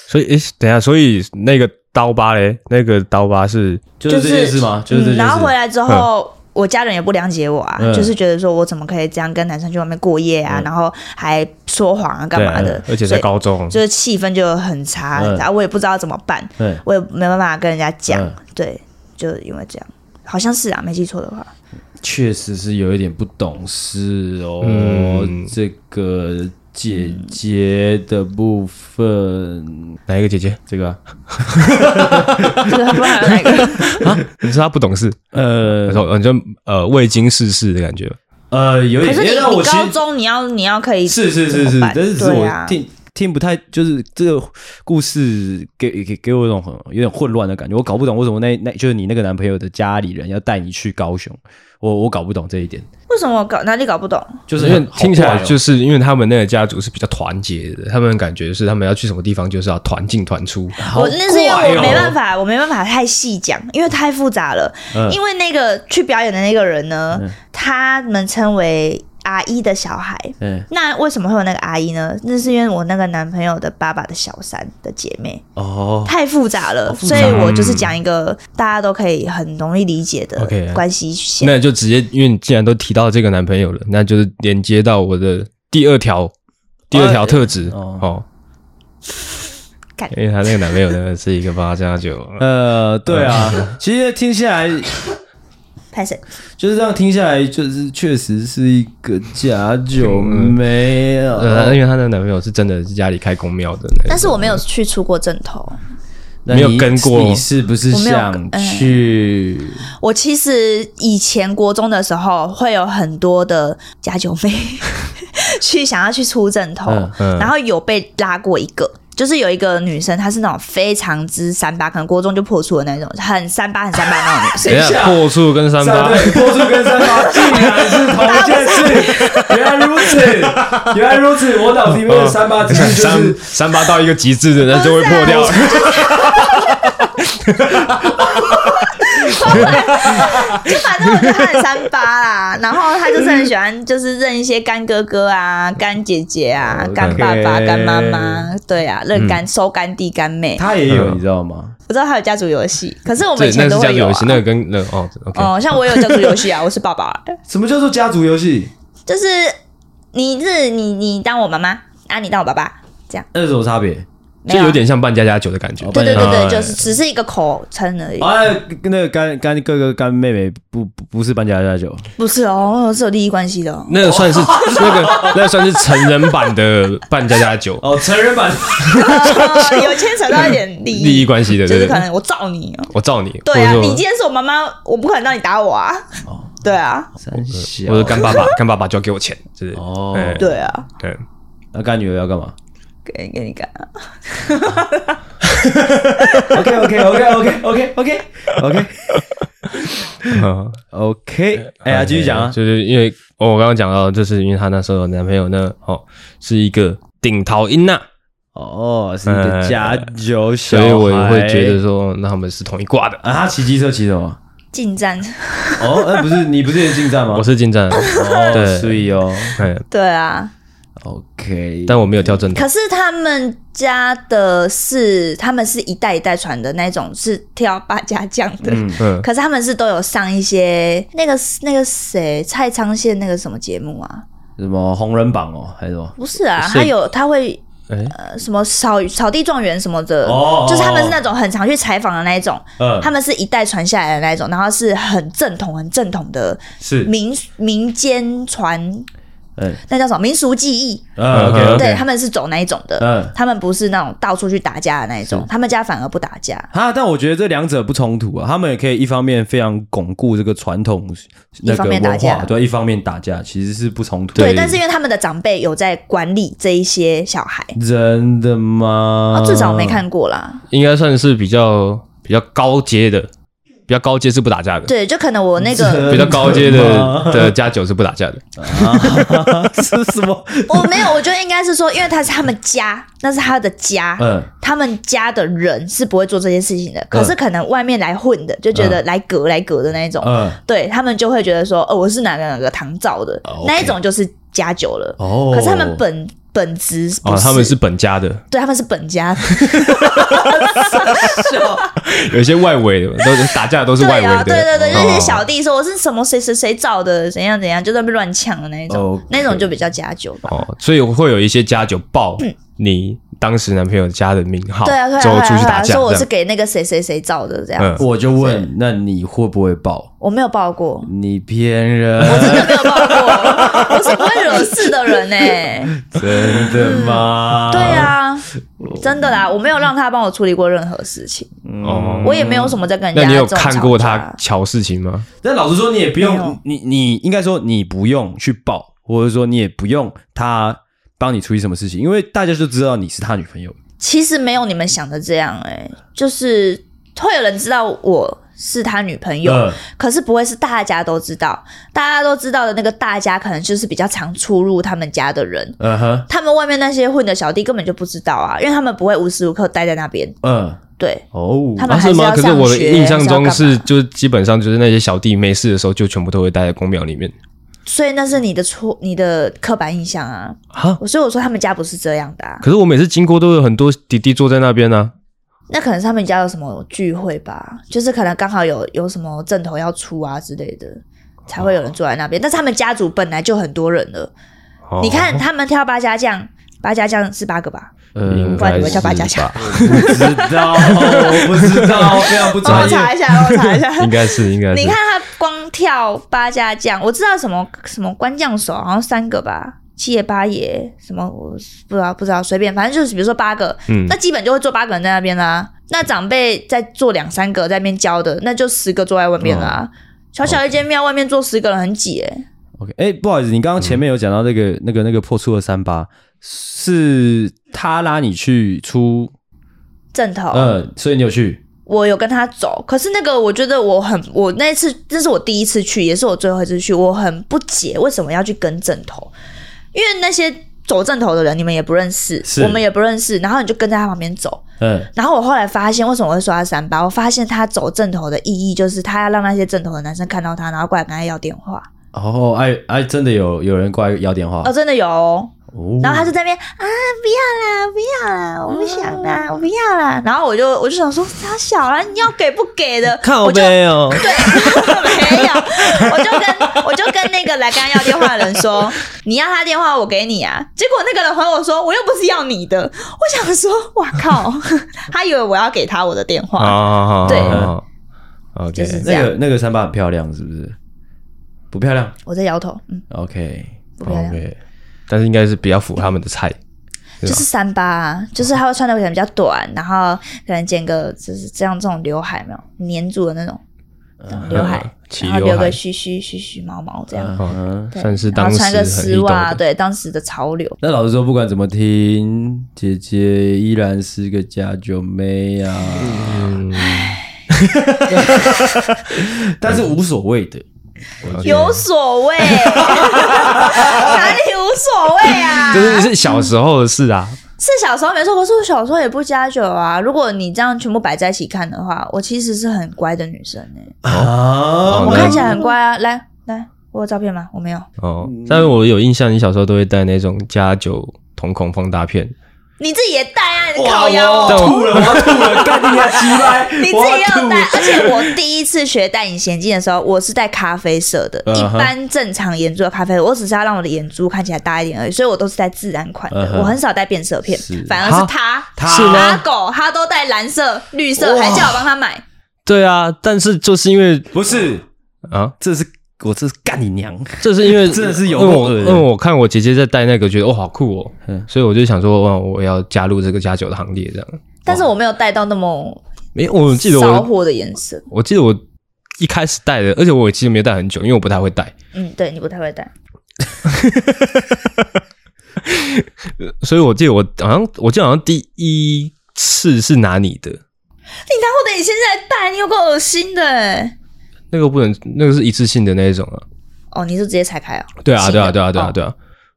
Speaker 2: 所以诶，等一下，所以那个刀疤嘞，那个刀疤是
Speaker 4: 就是这件事吗？就是这件
Speaker 3: 嗯
Speaker 4: 事。
Speaker 3: 然后回来之后，我家人也不谅解我啊，
Speaker 4: 嗯
Speaker 3: 就是觉得说我怎么可以这样跟男生去外面过夜啊，然后还说谎啊，干嘛的
Speaker 2: 对？而且
Speaker 3: 所
Speaker 2: 在
Speaker 3: 以
Speaker 2: 高中，
Speaker 3: 就是气氛就很差，
Speaker 4: 嗯
Speaker 3: 然后、我也不知道怎么办，
Speaker 4: 对
Speaker 3: 我也没办法跟人家讲，
Speaker 4: 嗯
Speaker 3: 对，就因为这样，好像是啊，没记错的话，
Speaker 4: 确实是有一点不懂事哦，
Speaker 2: 嗯
Speaker 4: 这个姐姐的部分，
Speaker 2: 哪一个姐姐？
Speaker 4: 这
Speaker 2: <laughs>
Speaker 4: 个啊、
Speaker 3: 这个不知道哪个，
Speaker 2: 你说她不懂事，
Speaker 4: 呃
Speaker 2: 然后呃你就呃未经世事的感觉。
Speaker 4: 呃，有
Speaker 3: 可
Speaker 4: 点，
Speaker 3: 是你
Speaker 4: 因为让
Speaker 3: 你
Speaker 4: 我其
Speaker 3: 高
Speaker 4: 实
Speaker 3: 中你要你要可以
Speaker 4: 是是是
Speaker 3: 怎
Speaker 4: 是，
Speaker 3: 么办
Speaker 4: 但是只是
Speaker 3: 对
Speaker 4: 我
Speaker 3: 啊
Speaker 4: 听、听不太，就是这个故事给给给我一种很有点混乱的感觉，我搞不懂为什么那那就是你那个男朋友的家里人要带你去高雄，我我搞不懂这一点，
Speaker 3: 为什么我搞哪里搞不懂？
Speaker 4: 就是
Speaker 2: 因为听起
Speaker 4: 哦
Speaker 2: 来就是是因为他们那个家族是比较团结的，他们感觉是他们要去什么地方就是要团进团出。
Speaker 3: 我那是因
Speaker 4: 哦
Speaker 3: 为我没办法，我没办法太细讲，因为太复杂了。
Speaker 4: 嗯
Speaker 3: 因为那个去表演的那个人呢，他们称为阿姨的小孩。
Speaker 4: 嗯
Speaker 3: 那为什么会有那个阿姨呢？那是因为我那个男朋友的爸爸的小三的姐妹。
Speaker 4: 哦，
Speaker 3: 太复杂了，所以我就是讲一个大家都可以很容易理解的
Speaker 2: OK
Speaker 3: 关系线。
Speaker 2: 那就直接，因为你既然都提到这个男朋友了，那就是连接到我的第二条，第二条特质、
Speaker 4: 哦
Speaker 2: 哦
Speaker 3: 干。
Speaker 2: 因为她那个男朋友呢是一个八加 <laughs> 九，
Speaker 4: 呃，对啊，其实听下来
Speaker 3: 拍谁？
Speaker 4: 就是这样听下来，就是确实是一个假酒妹
Speaker 2: 呃，
Speaker 4: 啊。
Speaker 2: 因为她的男朋友是真的是家里开公庙的那种，
Speaker 3: 但是我没有去出过正头。
Speaker 4: 那
Speaker 2: 没有
Speaker 4: 你
Speaker 2: 跟过
Speaker 4: 你是不是
Speaker 3: 我没有
Speaker 4: 想去？
Speaker 3: 我其实以前国中的时候会有很多的假酒
Speaker 2: <laughs>
Speaker 3: 妹去想要去出正头，
Speaker 4: 嗯
Speaker 2: 嗯
Speaker 3: 然后有被拉过一个。就是有一个女生，她是那种非常之三八，可能国中就破处的那种，很三八很三八那种
Speaker 2: <laughs>
Speaker 3: 女生。<laughs>
Speaker 2: 等一下破处跟三八，
Speaker 4: 对，波叔跟三八竟然是同一件事，原来如此，原来如此，我脑子里面的三八其实就
Speaker 2: 三
Speaker 4: 是。
Speaker 2: 三八到一个极致的，那就会破掉了。
Speaker 3: 就反正我觉得她很三八啦，然后她就是很喜欢，就是认一些干哥哥啊、干姐姐
Speaker 2: 哦
Speaker 3: 啊、干爸爸、干妈妈，对啊，认
Speaker 2: 嗯
Speaker 3: 干、收干弟、干妹。
Speaker 4: 他也有，你知道吗？
Speaker 3: 我知道她有家族游戏，可是我们
Speaker 2: 对
Speaker 3: 以，
Speaker 2: 那
Speaker 3: 前
Speaker 2: 是
Speaker 3: 都
Speaker 2: 家
Speaker 3: 会
Speaker 2: 族
Speaker 3: 有、
Speaker 2: 游
Speaker 3: 啊
Speaker 2: 戏，那个跟那个哦，OK，
Speaker 3: 哦，像我有家族游
Speaker 2: <laughs>
Speaker 3: 戏啊，我是爸爸，
Speaker 4: 什么叫做家族游戏？
Speaker 3: 就是你是你你当我妈妈啊，你当我爸爸，这样
Speaker 4: 那有什么差别？
Speaker 3: 没
Speaker 2: 就
Speaker 3: 有啊？啊哦
Speaker 2: 有点像扮家家酒的感觉。
Speaker 3: 对对对对，
Speaker 2: 哎
Speaker 3: 就是只是一个口称而已，
Speaker 4: 啊，那个干干哥哥干妹妹不不不是搬家家酒，
Speaker 3: 不是哦，是有利益关系的
Speaker 2: <laughs>
Speaker 3: 哦。 <laughs>
Speaker 2: 那个算是那个，那个算是成人版的扮家家酒，
Speaker 4: 哦，成人版
Speaker 3: 哦有牵扯到一点利
Speaker 2: <laughs>
Speaker 3: 益
Speaker 2: 利益关系的，
Speaker 3: 就
Speaker 2: 对
Speaker 3: 是
Speaker 2: 不
Speaker 3: 可
Speaker 2: 对？
Speaker 3: 能我罩你哦，
Speaker 2: 我罩你，
Speaker 3: 对啊，
Speaker 2: 或者说
Speaker 3: 你
Speaker 2: 哦
Speaker 3: 今天是我妈妈，我不可能让你打我啊，对啊，
Speaker 4: 三小
Speaker 2: 我是干爸爸，干爸爸就要给我钱，就是
Speaker 4: 哦
Speaker 2: 哎
Speaker 3: 对啊，
Speaker 4: <laughs>
Speaker 2: 对，
Speaker 4: 那干女儿要干嘛？
Speaker 3: 给给你干啊，
Speaker 4: OK OK OK OK OK OK OK
Speaker 2: 嗯
Speaker 4: OK，哎呀，继续讲啊，
Speaker 2: 就是因为哦，我刚刚讲到，就是因为她那时候的男朋友呢，哦，是一个顶桃英娜，
Speaker 4: 哦，是一个假酒小
Speaker 2: 所
Speaker 4: 孩，
Speaker 2: 以我也会觉得说，那他们是同一挂的。
Speaker 4: 啊，他骑机车骑什么？
Speaker 3: 近战， <laughs>
Speaker 4: 哦，那不是你不是也进站吗？
Speaker 2: 我是进
Speaker 4: <laughs>
Speaker 2: 站，
Speaker 4: 哦，所
Speaker 2: 对，
Speaker 4: 以哦
Speaker 2: 哎，
Speaker 3: 对啊，
Speaker 4: ，OK，
Speaker 2: 但我没有跳正头，
Speaker 3: 可是他们家的是他们是一代一代传的那种，是挑八家酱的。
Speaker 4: 嗯
Speaker 2: 嗯，
Speaker 3: 可是他们是都有上一些那个那个谁蔡昌宪那个什么节目啊？
Speaker 4: 什么红人榜哦，还是什么？
Speaker 3: 不是啊，
Speaker 2: 是
Speaker 3: 他有他会
Speaker 2: 哎
Speaker 3: 呃什么草草地状元什么的
Speaker 4: 哦哦，
Speaker 3: 就是他们是那种很常去采访的那一种，
Speaker 4: 嗯，
Speaker 3: 他们是一代传下来的那一种，然后是很正统、很正统的
Speaker 4: 是，
Speaker 3: 民民间传，
Speaker 4: 嗯
Speaker 3: 那叫什么民俗技艺？
Speaker 4: 嗯，OK，
Speaker 2: OK
Speaker 3: 对，他们是走那一种的，
Speaker 4: 嗯
Speaker 3: 他们不是那种到处去打架的那一种，他们家反而不打架，
Speaker 4: 啊，但我觉得这两者不冲突啊，他们也可以一方面非常巩固这个传统那
Speaker 3: 一
Speaker 4: 个
Speaker 3: 方面打
Speaker 4: 文化，
Speaker 3: 架
Speaker 4: 对，一方面打架其实是不冲突。
Speaker 3: 对，但是因为他们的长辈有在管理这一些小孩，
Speaker 4: 真的吗嗯
Speaker 3: 啊，？至少我没。看过啦。
Speaker 2: 应该算是比较比较高阶的，比较高阶是不打架的，
Speaker 3: 对，就可能我
Speaker 2: <laughs>
Speaker 3: 那
Speaker 4: 这
Speaker 3: 个
Speaker 2: 比较高阶的
Speaker 4: 真的吗
Speaker 2: 的加九是不打架的。
Speaker 4: 是什么？
Speaker 3: 我没有，我觉得应该是说，因为他是他们家，那是他的家，
Speaker 4: 嗯，
Speaker 3: 他们家的人是不会做这些事情
Speaker 2: 嗯
Speaker 3: 的。可是可能外面来混的，就觉得来格来格的那一种，
Speaker 4: 嗯
Speaker 3: 对他们就会觉得说，哦，我是哪个哪个堂造的、
Speaker 4: 哦，OK
Speaker 3: 那一种，就是家酒了。
Speaker 4: 哦
Speaker 3: 可是他们本本质不
Speaker 2: 哦，他们是本家的，
Speaker 3: 对，他们是
Speaker 2: <laughs>
Speaker 3: 本家，
Speaker 2: 有一些外围的都是打架都是
Speaker 3: 对
Speaker 2: 外围
Speaker 3: 啊，
Speaker 2: 的，
Speaker 3: 对对对，就是
Speaker 2: 哦
Speaker 3: 小弟说我是什么谁谁谁造的，怎样怎样，就在那边乱抢的那一种
Speaker 4: OK
Speaker 3: 那种就比较家酒吧。
Speaker 2: 哦，所以会有一些家酒报你当时男朋友家的名号，
Speaker 3: 嗯对啊，对啊，
Speaker 2: 之
Speaker 3: 对
Speaker 2: 后
Speaker 3: 啊，
Speaker 2: 出去
Speaker 3: 对
Speaker 2: 打
Speaker 3: 啊，
Speaker 2: 架，
Speaker 3: 说我是
Speaker 2: 这样
Speaker 3: 给那个谁谁谁造的这样，
Speaker 2: 嗯
Speaker 4: 我就问，那你会不会爆？
Speaker 3: 我没有报过，
Speaker 4: 你骗人，
Speaker 3: 我真的 <laughs> 没有报过，我是不会惹事的人欸呢、
Speaker 2: <laughs>
Speaker 4: 真的吗？
Speaker 3: 对，啊，真的啦，我没有让他帮我处理过任何事情，
Speaker 2: 哦，
Speaker 3: 我也没有什么在嗯跟人
Speaker 2: 那
Speaker 3: 家
Speaker 2: 你有
Speaker 3: 这种
Speaker 2: 看过
Speaker 3: 吵架
Speaker 2: 他瞧事情吗？
Speaker 4: 但老实说，你也不
Speaker 3: 没
Speaker 4: 用
Speaker 3: 有，
Speaker 4: 你你应该说你不用去报，或者说你也不用他帮你处理什么事情，因为大家就知道你是他女朋友。
Speaker 3: 其实没有你们想的这样哎、就是会有人知道我是他女朋友，
Speaker 4: 嗯
Speaker 3: 可是不会是大家都知道，大家都知道的那个大家，可能就是比较常出入他们家的人。
Speaker 4: 嗯哼，
Speaker 3: 他们外面那些混的小弟根本就不知道啊，因为他们不会无时无刻待在那边。
Speaker 4: 嗯，
Speaker 3: 对，
Speaker 4: 哦，
Speaker 3: 他们
Speaker 2: 啊，
Speaker 3: 还
Speaker 2: 是
Speaker 3: 是
Speaker 2: 吗？
Speaker 3: 要
Speaker 2: 可是
Speaker 3: 上
Speaker 2: 我的
Speaker 3: 学
Speaker 2: 印象中
Speaker 3: 还
Speaker 2: 是，
Speaker 3: 要干嘛
Speaker 2: 就基本上就是那些小弟没事的时候，就全部都会待在公庙里面。
Speaker 3: 所以那是你的错，你的刻板印象啊。
Speaker 2: 哈，
Speaker 3: 所以我说他们家不是这样的啊，
Speaker 2: 可是我每次经过都有很多弟弟坐在那边啊呢、
Speaker 3: 那可能是他们家有什么聚会吧，就是可能刚好有有什么阵头要出啊之类的，才会有人坐在那边。但是他们家族本来就很多人了，
Speaker 2: 哦
Speaker 3: 你看他们挑八家将，八家将是八个吧？
Speaker 4: 呃
Speaker 2: 应
Speaker 3: 不然
Speaker 2: 该
Speaker 3: 你们
Speaker 2: 是
Speaker 3: 叫八家
Speaker 2: 吧？
Speaker 3: 将。
Speaker 4: 不知
Speaker 3: <laughs>
Speaker 4: 道，我不知道，非常不
Speaker 3: 帮 <laughs>
Speaker 4: 专
Speaker 3: 我
Speaker 4: 业。
Speaker 3: 查一下， <laughs> 帮我查一下。
Speaker 2: 应该是，应该是。
Speaker 3: 你看他光跳八家将，我知道什么什么关将手，好像三个吧，七爷八爷什么，我不知道不知道，随便，反正就是比如说八个，
Speaker 2: 嗯
Speaker 3: 那基本就会坐八个人在那边啦。那长辈再坐两三个在那边教的，那就十个坐在外面啦。
Speaker 2: 嗯
Speaker 3: 小小一间庙，外面坐十个人很挤哎、
Speaker 4: OK，哎、不好意思，你刚刚前面有讲到那个、那个那个破处的三八，是他拉你去出，
Speaker 3: 正头，
Speaker 2: 哦
Speaker 4: 呃，所以你有去，
Speaker 3: 我有跟他走，可是那个我觉得我很，我那次这是我第一次去，也是我最后一次去，我很不解为什么要去跟正头，因为那些走正头的人你们也不认识
Speaker 4: 是，
Speaker 3: 我们也不认识，然后你就跟在他旁边走，
Speaker 4: 嗯
Speaker 3: 然后我后来发现为什么我会说他三八，我发现他走正头的意义就是他要让那些正头的男生看到他，然后过来跟他要电话，
Speaker 4: 哦，哎、哎、真的有有人过来要电话，
Speaker 3: 哦，真的有、哦。
Speaker 4: 哦
Speaker 3: 然后他就在那边啊，不要啦，不要啦，我不想啦，我不要啦。然后我就我就想说，他小啦，你要给不给的？我就
Speaker 2: 有，
Speaker 3: 对，没有，我就跟我就跟那个来跟他要电话的人说，你要他电话，我给你啊。结果那个人回我说，我又不是要你的。我想说，哇靠，他以为我要给他我的电
Speaker 2: 好
Speaker 3: 话，
Speaker 2: 好好，
Speaker 3: 对
Speaker 2: 好好好
Speaker 3: 就
Speaker 2: OK，
Speaker 3: 是
Speaker 4: 那
Speaker 3: 这样。
Speaker 4: 个那个三八很漂亮，是不是？不漂亮
Speaker 3: 我在摇头，嗯，
Speaker 4: ，OK
Speaker 3: 不漂亮，
Speaker 4: OK，
Speaker 2: 但是应该是比较符合他们的菜。
Speaker 3: 就是三八啊，就是他会穿的可能比较短，然后可能剪个就是这样这种刘海没有粘住的那种。这种刘海
Speaker 2: 嗯，齐
Speaker 3: 然后
Speaker 2: 刘
Speaker 3: 留
Speaker 2: 海
Speaker 3: 个须须须须毛毛这样，
Speaker 4: 嗯，
Speaker 3: 对
Speaker 2: 算是
Speaker 3: 然
Speaker 2: 当
Speaker 3: 后
Speaker 2: 时
Speaker 3: 穿个
Speaker 2: 很
Speaker 3: 丝
Speaker 2: 一
Speaker 3: 袜，
Speaker 2: 的。
Speaker 3: 对当时的潮流。
Speaker 4: 那老实说，不管怎么听，姐姐依然是个假酒妹啊，
Speaker 2: 嗯，
Speaker 4: <laughs> 但是无所谓的，
Speaker 3: 有
Speaker 2: <laughs>
Speaker 3: 所谓，哪里无所谓啊？
Speaker 2: 就是是小时候的事啊。
Speaker 3: 是小时候没错，可是我小时候也不加酒啊。如果你这样全部摆在一起看的话，我其实是很乖的女生诶、
Speaker 4: 啊
Speaker 2: 哦
Speaker 3: 我
Speaker 2: 那
Speaker 3: 看起来很乖啊。来来，我有照片吗？我没有。
Speaker 2: 嗯哦，但是我有印象，你小时候都会带那种加酒瞳孔放大片，
Speaker 3: 你自己也带啊，你的靠腰哦、
Speaker 2: 但我
Speaker 4: 吐了，我要吐了，干你娘鸡掰！
Speaker 3: <laughs> 你自己
Speaker 4: 我要
Speaker 3: 要
Speaker 4: 吐
Speaker 3: 带，而且我第一次学戴隐形眼镜的时候，我是戴咖啡色的。
Speaker 2: 嗯哼
Speaker 3: 一般正常眼珠的咖啡，我只是要让我的眼珠看起来大一点而已，所以我都是戴自然款的，
Speaker 4: 嗯哼
Speaker 3: 我很少戴变色片
Speaker 4: 是。
Speaker 3: 反而是他，
Speaker 4: 他
Speaker 2: 是吗
Speaker 3: 他狗他都戴蓝色、绿色，
Speaker 4: 哇
Speaker 3: 还叫我帮他买。
Speaker 2: 对啊，但是就是因为
Speaker 4: 不是，
Speaker 2: 啊，
Speaker 4: 这是我这是干你娘！
Speaker 2: 这是因 <laughs> 为
Speaker 4: 真的是有
Speaker 2: 因为
Speaker 4: 够
Speaker 2: 我
Speaker 4: 恶的
Speaker 2: 因为我看我姐姐在戴那个，觉得哦好酷哦，
Speaker 4: 嗯
Speaker 2: 所以我就想说，哇，我要加入这个加酒的行列，这样。
Speaker 3: 但是我没有戴到那么
Speaker 2: 没，我记得
Speaker 3: 骚
Speaker 2: 我，
Speaker 3: 货的颜色。
Speaker 2: 我记得我一开始戴的，而且我其实没有戴很久，因为我不太会戴，
Speaker 3: 嗯，对你不太会戴。
Speaker 2: 所以我记得我好像，我记得好像第一次是拿你的
Speaker 3: 你拿我的隐形在戴，你有够恶心的、欸。
Speaker 2: 那个不能，那个是一次性的那一种啊。
Speaker 3: 哦，你是直接拆开哦？
Speaker 2: 对啊，
Speaker 3: 新
Speaker 2: 对啊，
Speaker 3: 的
Speaker 2: 对啊，对啊，
Speaker 3: 哦
Speaker 2: 对啊，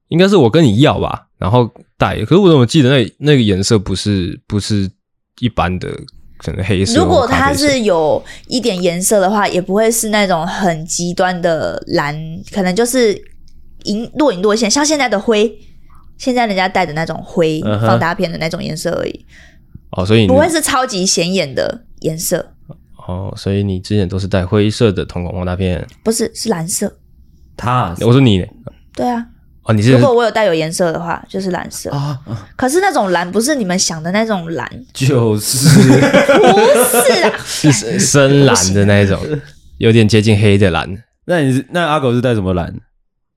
Speaker 2: 应该是我跟你要吧，然后戴。可是我怎么记得那那个颜色不是不是一般的，可能黑色
Speaker 3: 如
Speaker 2: 或咖啡色。
Speaker 3: 果它是有一点颜色的话，也不会是那种很极端的蓝，可能就是隐若隐若现，像现在的灰，现在人家戴的那种灰、
Speaker 4: 嗯哼
Speaker 3: 放大片的那种颜色而已，
Speaker 2: 哦，所以你
Speaker 3: 不会是超级显眼的颜色，
Speaker 2: 哦，所以你之前都是戴灰色的瞳孔放大片。
Speaker 3: 不是是蓝色。
Speaker 4: 他
Speaker 2: 我说你呢
Speaker 3: 对啊，
Speaker 2: 哦，你
Speaker 3: 如
Speaker 2: 是哦
Speaker 3: 果我有带有颜色的话，就是蓝色。
Speaker 4: 啊，
Speaker 3: 可是那种蓝不是你们想的那种蓝，
Speaker 4: 就是 <laughs>
Speaker 3: 不是啊， <laughs>
Speaker 2: 是深蓝的那一种，有点接近黑的蓝。
Speaker 4: 那你是那阿狗是戴什么蓝？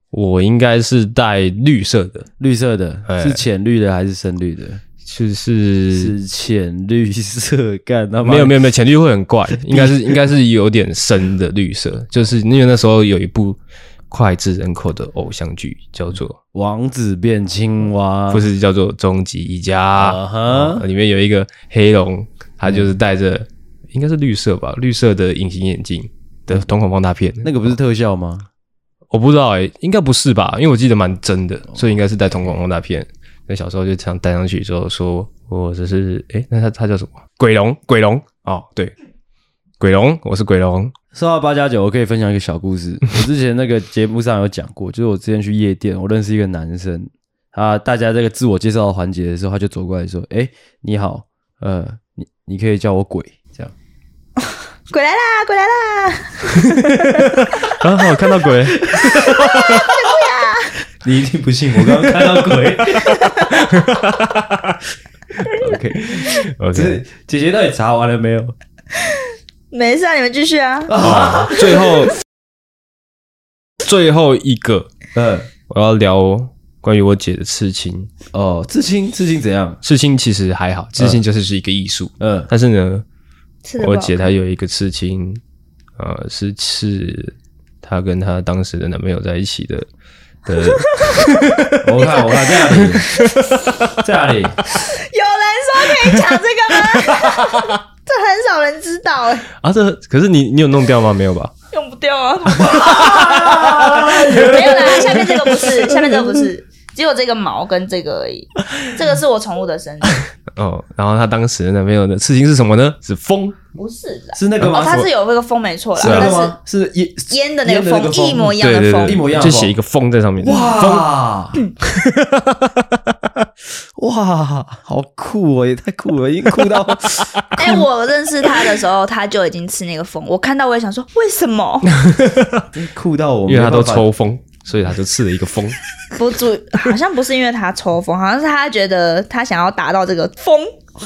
Speaker 2: 我应该是戴绿色的，
Speaker 4: 绿色的，
Speaker 2: 哎
Speaker 4: 是浅绿的还是深绿的？
Speaker 2: 就是
Speaker 4: 是浅绿色，干他妈
Speaker 2: 没有没
Speaker 4: 有
Speaker 2: 有没有，浅绿会很怪，应该是应该是有点深的绿色，就是因为那时候有一部脍炙人口的偶像剧，叫做
Speaker 4: 王子变青蛙，
Speaker 2: 不是叫做《终极一家
Speaker 4: 啊》哈
Speaker 2: 哦，里面有一个黑龙，他就是戴着应该是绿色吧，绿色的隐形眼镜的瞳孔放大片，
Speaker 4: 那个不是特效吗？
Speaker 2: 我不知道诶、应该不是吧？因为我记得蛮真的，所以应该是戴瞳孔放大片。那小时候就这样戴上去之后说，我这是诶、那他他叫什么？鬼龙，鬼龙哦，对，鬼龙，我是鬼龙。
Speaker 4: 说到八加九，我可以分享一个小故事。 <laughs> 我之前那个节目上有讲过，就是我之前去夜店，我认识一个男生，他大家这个自我介绍的环节的时候，他就走过来说：“哎、你好，呃，你你可以叫我鬼。”这样，
Speaker 3: 鬼来啦，鬼来啦！
Speaker 2: 啊，我看到鬼，
Speaker 4: 你一定不信，我刚刚看到鬼。OK，
Speaker 2: o
Speaker 4: 只是
Speaker 2: k
Speaker 4: 姐姐到底查完了没有？
Speaker 3: 没事啊，你们继续啊。
Speaker 2: 啊， <laughs> 最后最后一个，
Speaker 4: 嗯，
Speaker 2: 我要聊关于我姐的刺青。
Speaker 4: 哦，刺青，刺青怎样？
Speaker 2: 刺青其实还好，刺青就是是一个艺术，
Speaker 3: <laughs>
Speaker 4: 嗯，
Speaker 2: 但是呢，
Speaker 3: 吃得
Speaker 2: 我
Speaker 3: 饱
Speaker 2: 姐她有一个刺青，呃，是刺她跟她当时的男朋友在一起的的
Speaker 4: 我看我看在哪
Speaker 3: <laughs>
Speaker 4: 里，在哪里？
Speaker 3: 有人说可以讲这个吗？这很少人知道哎、
Speaker 2: 啊，这可是你你有弄掉吗？没有吧？
Speaker 3: 用不掉啊。没有啦，下面这个不是，下面这个不是，只有这个毛跟这个而已。这个是我宠物的生日，
Speaker 2: 哦，然后她当时的男朋友的刺青是什么呢？是风，
Speaker 3: 不是啦。
Speaker 4: 是那个吗？
Speaker 3: 哦，它是有那个风没错啦，
Speaker 4: 是那啊
Speaker 3: 但
Speaker 4: 个吗
Speaker 3: 是？
Speaker 4: 是烟
Speaker 3: 烟的那个风一模一样
Speaker 2: 对
Speaker 3: 的
Speaker 2: 对
Speaker 3: 风
Speaker 2: 对，
Speaker 4: 一，模一样的
Speaker 2: 就
Speaker 4: 风
Speaker 2: 写一个风在上面。
Speaker 4: 哇，
Speaker 3: 嗯
Speaker 4: <laughs> 哇，好酷哦，也太酷了，已经酷到 <laughs>
Speaker 3: 哎、我认识他的时候，他就已经吃那个风。我看到我也想说，为什么
Speaker 4: 酷到我，
Speaker 2: 因为他都抽，风，所以他就刺了一个风。
Speaker 3: 不注意？好像不是因为他抽风，好像是他觉得他想要达到这个风，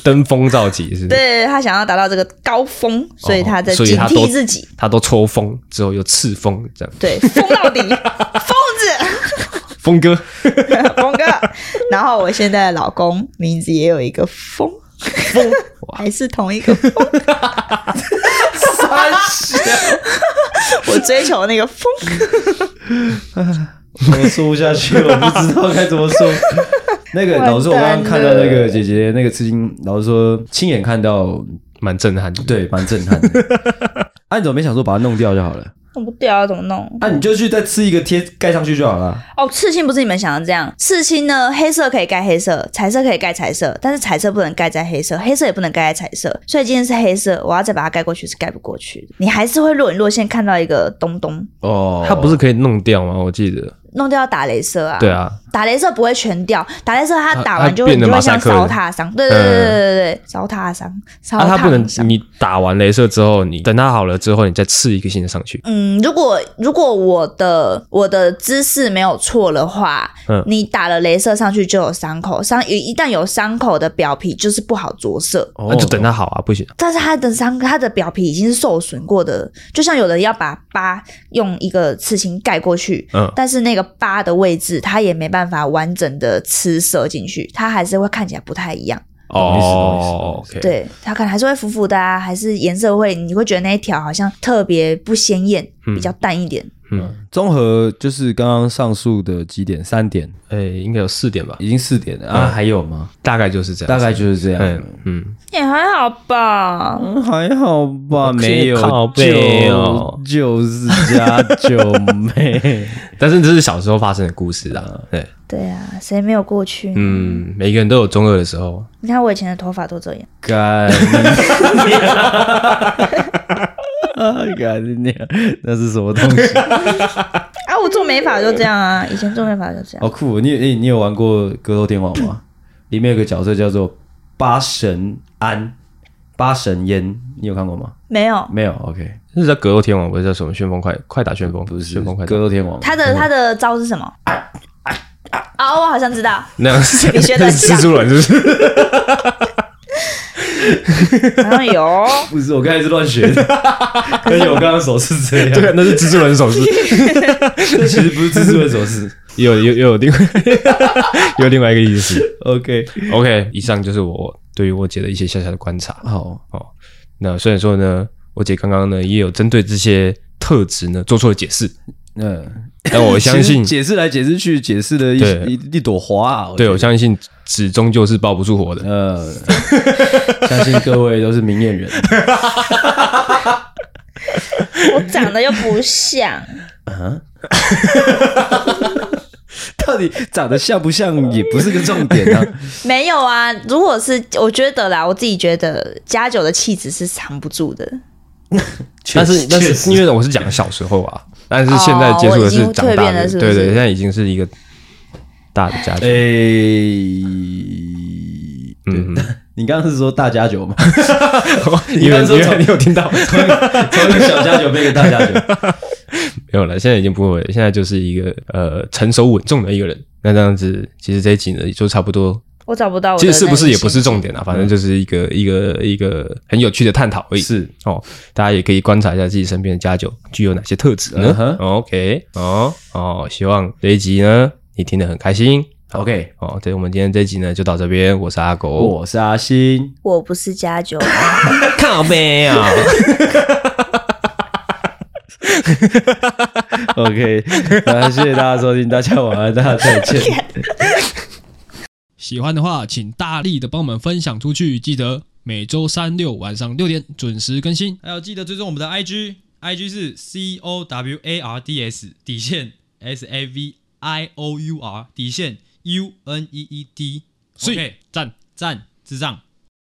Speaker 2: 登峰造极是不是？
Speaker 3: 对他想要达到这个高峰，所以他在
Speaker 2: 所以
Speaker 3: 警
Speaker 2: 他都
Speaker 3: 惕自己。
Speaker 2: 他都抽风之后又刺风，这样
Speaker 3: 对，疯到 <laughs> 底，疯子，
Speaker 2: 风哥
Speaker 3: 疯哥。然后我现在的老公名字也有一个疯， <laughs> 疯还是同一个疯。 <laughs> 我追求那个疯，
Speaker 4: 我说不下去了，我不知道该怎么
Speaker 3: <laughs>
Speaker 4: 说。那个
Speaker 3: 完蛋
Speaker 4: 老师，我刚刚看到那个姐姐那个刺青，老师说亲眼看到，
Speaker 2: 蛮震撼的。哦
Speaker 4: 对，蛮震撼的。啊，你怎么没想说把它弄掉就好了？
Speaker 3: 弄不掉要怎么弄？
Speaker 4: 啊，你就去再刺一个贴盖上去就好了。
Speaker 3: 哦，刺青不是你们想的这样，刺青呢，黑色可以盖黑色，彩色可以盖彩色，但是彩色不能盖在黑色，黑色也不能盖在彩色，所以今天是黑色，我要再把它盖过去是盖不过去的，你还是会若隐若现看到一个东东。
Speaker 4: 哦，
Speaker 2: 他不是可以弄掉吗？我记得
Speaker 3: 弄掉要打镭射啊，
Speaker 2: 对啊，
Speaker 3: 打镭射不会全掉，打镭射它
Speaker 2: 它
Speaker 3: 打完就
Speaker 2: 它
Speaker 3: 会
Speaker 2: 啊变
Speaker 3: 你
Speaker 2: 得
Speaker 3: 就
Speaker 2: 马
Speaker 3: 会
Speaker 2: 赛
Speaker 3: 像
Speaker 2: 克了
Speaker 3: 烧烫伤，对对对对对对对，烧烫伤，烧
Speaker 2: 啊，它不能
Speaker 3: 烫伤。
Speaker 2: 你打完镭射之后，你等它好了之后，你再刺一个新的上去。
Speaker 3: 嗯，如果如果我的我的姿势没有错的话，
Speaker 2: 嗯
Speaker 3: 你打了镭射上去就有伤口，伤一一旦有伤口的表皮就是不好着色，
Speaker 4: 哦
Speaker 2: 那、就等它好啊，不行，
Speaker 3: 但是它的伤它的表皮已经是受损过的，就像有的要把疤用一个刺青盖过去，
Speaker 2: 嗯
Speaker 3: 但是那个疤的位置它也没办法完整的吃射进去，它还是会看起来不太一样。
Speaker 4: 懂意思懂意思懂意
Speaker 2: 哦，OK，，
Speaker 3: 对，它可能还是会浮浮的啊，还是颜色会，你会觉得那一条好像特别不鲜艳，
Speaker 2: 嗯
Speaker 3: 比较淡一点。
Speaker 2: 嗯，
Speaker 4: 综合就是刚刚上述的几点，三点
Speaker 2: 哎、应该有四点吧，
Speaker 4: 已经四点了啊，
Speaker 2: 嗯
Speaker 4: 还有吗？
Speaker 2: 大概就是这
Speaker 4: 大
Speaker 2: 样，
Speaker 4: 概就是这
Speaker 2: 嗯
Speaker 4: 样。
Speaker 2: 嗯，
Speaker 3: 也还好吧，
Speaker 4: 嗯，还好吧，没有
Speaker 2: 靠背哦
Speaker 4: 九就是加九妹，
Speaker 2: 但是这是小时候发生的故事啊，
Speaker 4: 嗯
Speaker 2: 对，
Speaker 3: 对啊，谁没有过去？
Speaker 2: 嗯，每个人都有中二的时候，
Speaker 3: 你看我以前的头发都这样，
Speaker 4: <laughs> 干， <laughs> 啊干 <laughs> 你娘，那是什么东西？
Speaker 3: 啊，我做美发就这样啊， <laughs> 以前做美发就这样。
Speaker 4: 好酷哦！你 <laughs> 你你有玩过格斗天王吗？里面有个角色叫做八神庵、八神烟，你有看过吗？
Speaker 3: <laughs> 没有，
Speaker 4: 没有，OK，
Speaker 2: 那是叫格斗天王，不是叫什么旋风快快打旋风，不是旋风快打
Speaker 4: 格，斗天王。
Speaker 3: 他
Speaker 2: 嗯
Speaker 3: 的他的招是什么？啊，我好像知
Speaker 2: <laughs>
Speaker 3: 道，
Speaker 2: 那样是
Speaker 3: 你学得
Speaker 2: 那 <laughs> 是蜘蛛人是不是？
Speaker 3: 好像有。
Speaker 4: 不是，我刚才是乱 <laughs> 学的，而且我刚刚手是这样，
Speaker 2: 对，那是蜘蛛人手势，
Speaker 4: 这其实不是蜘蛛的手势。
Speaker 2: 有有有另外 <laughs> 有另外一个意思。
Speaker 4: OK，
Speaker 2: OK，以上就是我对于我姐的一些小小的观察。
Speaker 4: 好，
Speaker 2: 那虽然说呢，我姐刚刚呢也有针对这些特质呢做出了解释，
Speaker 4: 嗯，
Speaker 2: 但我相信
Speaker 4: 其实解释来解释去，解释的
Speaker 2: 对
Speaker 4: 一一一朵花啊。
Speaker 2: 对，
Speaker 4: 觉
Speaker 2: 我
Speaker 4: 得
Speaker 2: 相信纸终究是包不住火的。
Speaker 4: 呃， <laughs> 相信各位都是明眼人。
Speaker 3: 我长得又不像，
Speaker 4: <laughs> 到底长得像不像也不是个重点啊。
Speaker 3: 没有啊。如果是我觉得啦，我自己觉得加九的气质是藏不住的。
Speaker 2: 但
Speaker 4: <laughs> 确
Speaker 2: 是
Speaker 4: 实
Speaker 2: 但
Speaker 4: 确
Speaker 2: 是
Speaker 4: 实
Speaker 2: 因为我是讲小时候啊，但是现在接触的是长
Speaker 3: 哦我已经蜕
Speaker 2: 大
Speaker 3: 变
Speaker 2: 的，
Speaker 3: 了是不
Speaker 2: 对
Speaker 3: 是
Speaker 2: 对，现在已经是一个大的家
Speaker 4: 哎
Speaker 2: 庭。
Speaker 4: 诶、
Speaker 2: 嗯，
Speaker 4: 你刚刚是说大家酒吗？
Speaker 2: <laughs> 因为
Speaker 4: 刚说
Speaker 2: <laughs> 因为
Speaker 4: 从
Speaker 2: 你有听到
Speaker 4: 从一个从一个小家酒变一个大家酒，
Speaker 2: 没有了？现在已经不会了，现在就是一个呃成熟稳重的一个人。那这样子，其实这一集呢就差不多。
Speaker 3: 我找不到我的
Speaker 2: 其
Speaker 3: 那
Speaker 2: 实是
Speaker 3: 个
Speaker 2: 不是也不
Speaker 3: 气
Speaker 2: 是重点啊，反正就是一个一个一个很有趣的探讨而已。
Speaker 4: 是
Speaker 2: 哦，大家也可以观察一下自己身边的家酒具有哪些特质呢、
Speaker 4: 嗯哼
Speaker 2: o k 哦哦，希望这一集呢你听得很开心。
Speaker 4: OK。
Speaker 2: 哦，对，我们今天这一集呢就到这边，我是阿狗，
Speaker 4: 我是阿星，
Speaker 3: 我不是加九，
Speaker 2: 靠背啊，
Speaker 4: OK，那 <laughs> 谢谢大家收听，大家晚安，大家再见。
Speaker 5: <laughs> 喜欢的话，请大力的帮我们分享出去，记得每周三六晚上六点准时更新。
Speaker 6: 还有记得追踪我们的 IG，IG 是 C O W A R D S 底线 S A V I O U R 底线 U N E E D，
Speaker 5: 所以
Speaker 6: OK，
Speaker 5: 赞。
Speaker 6: 赞智障。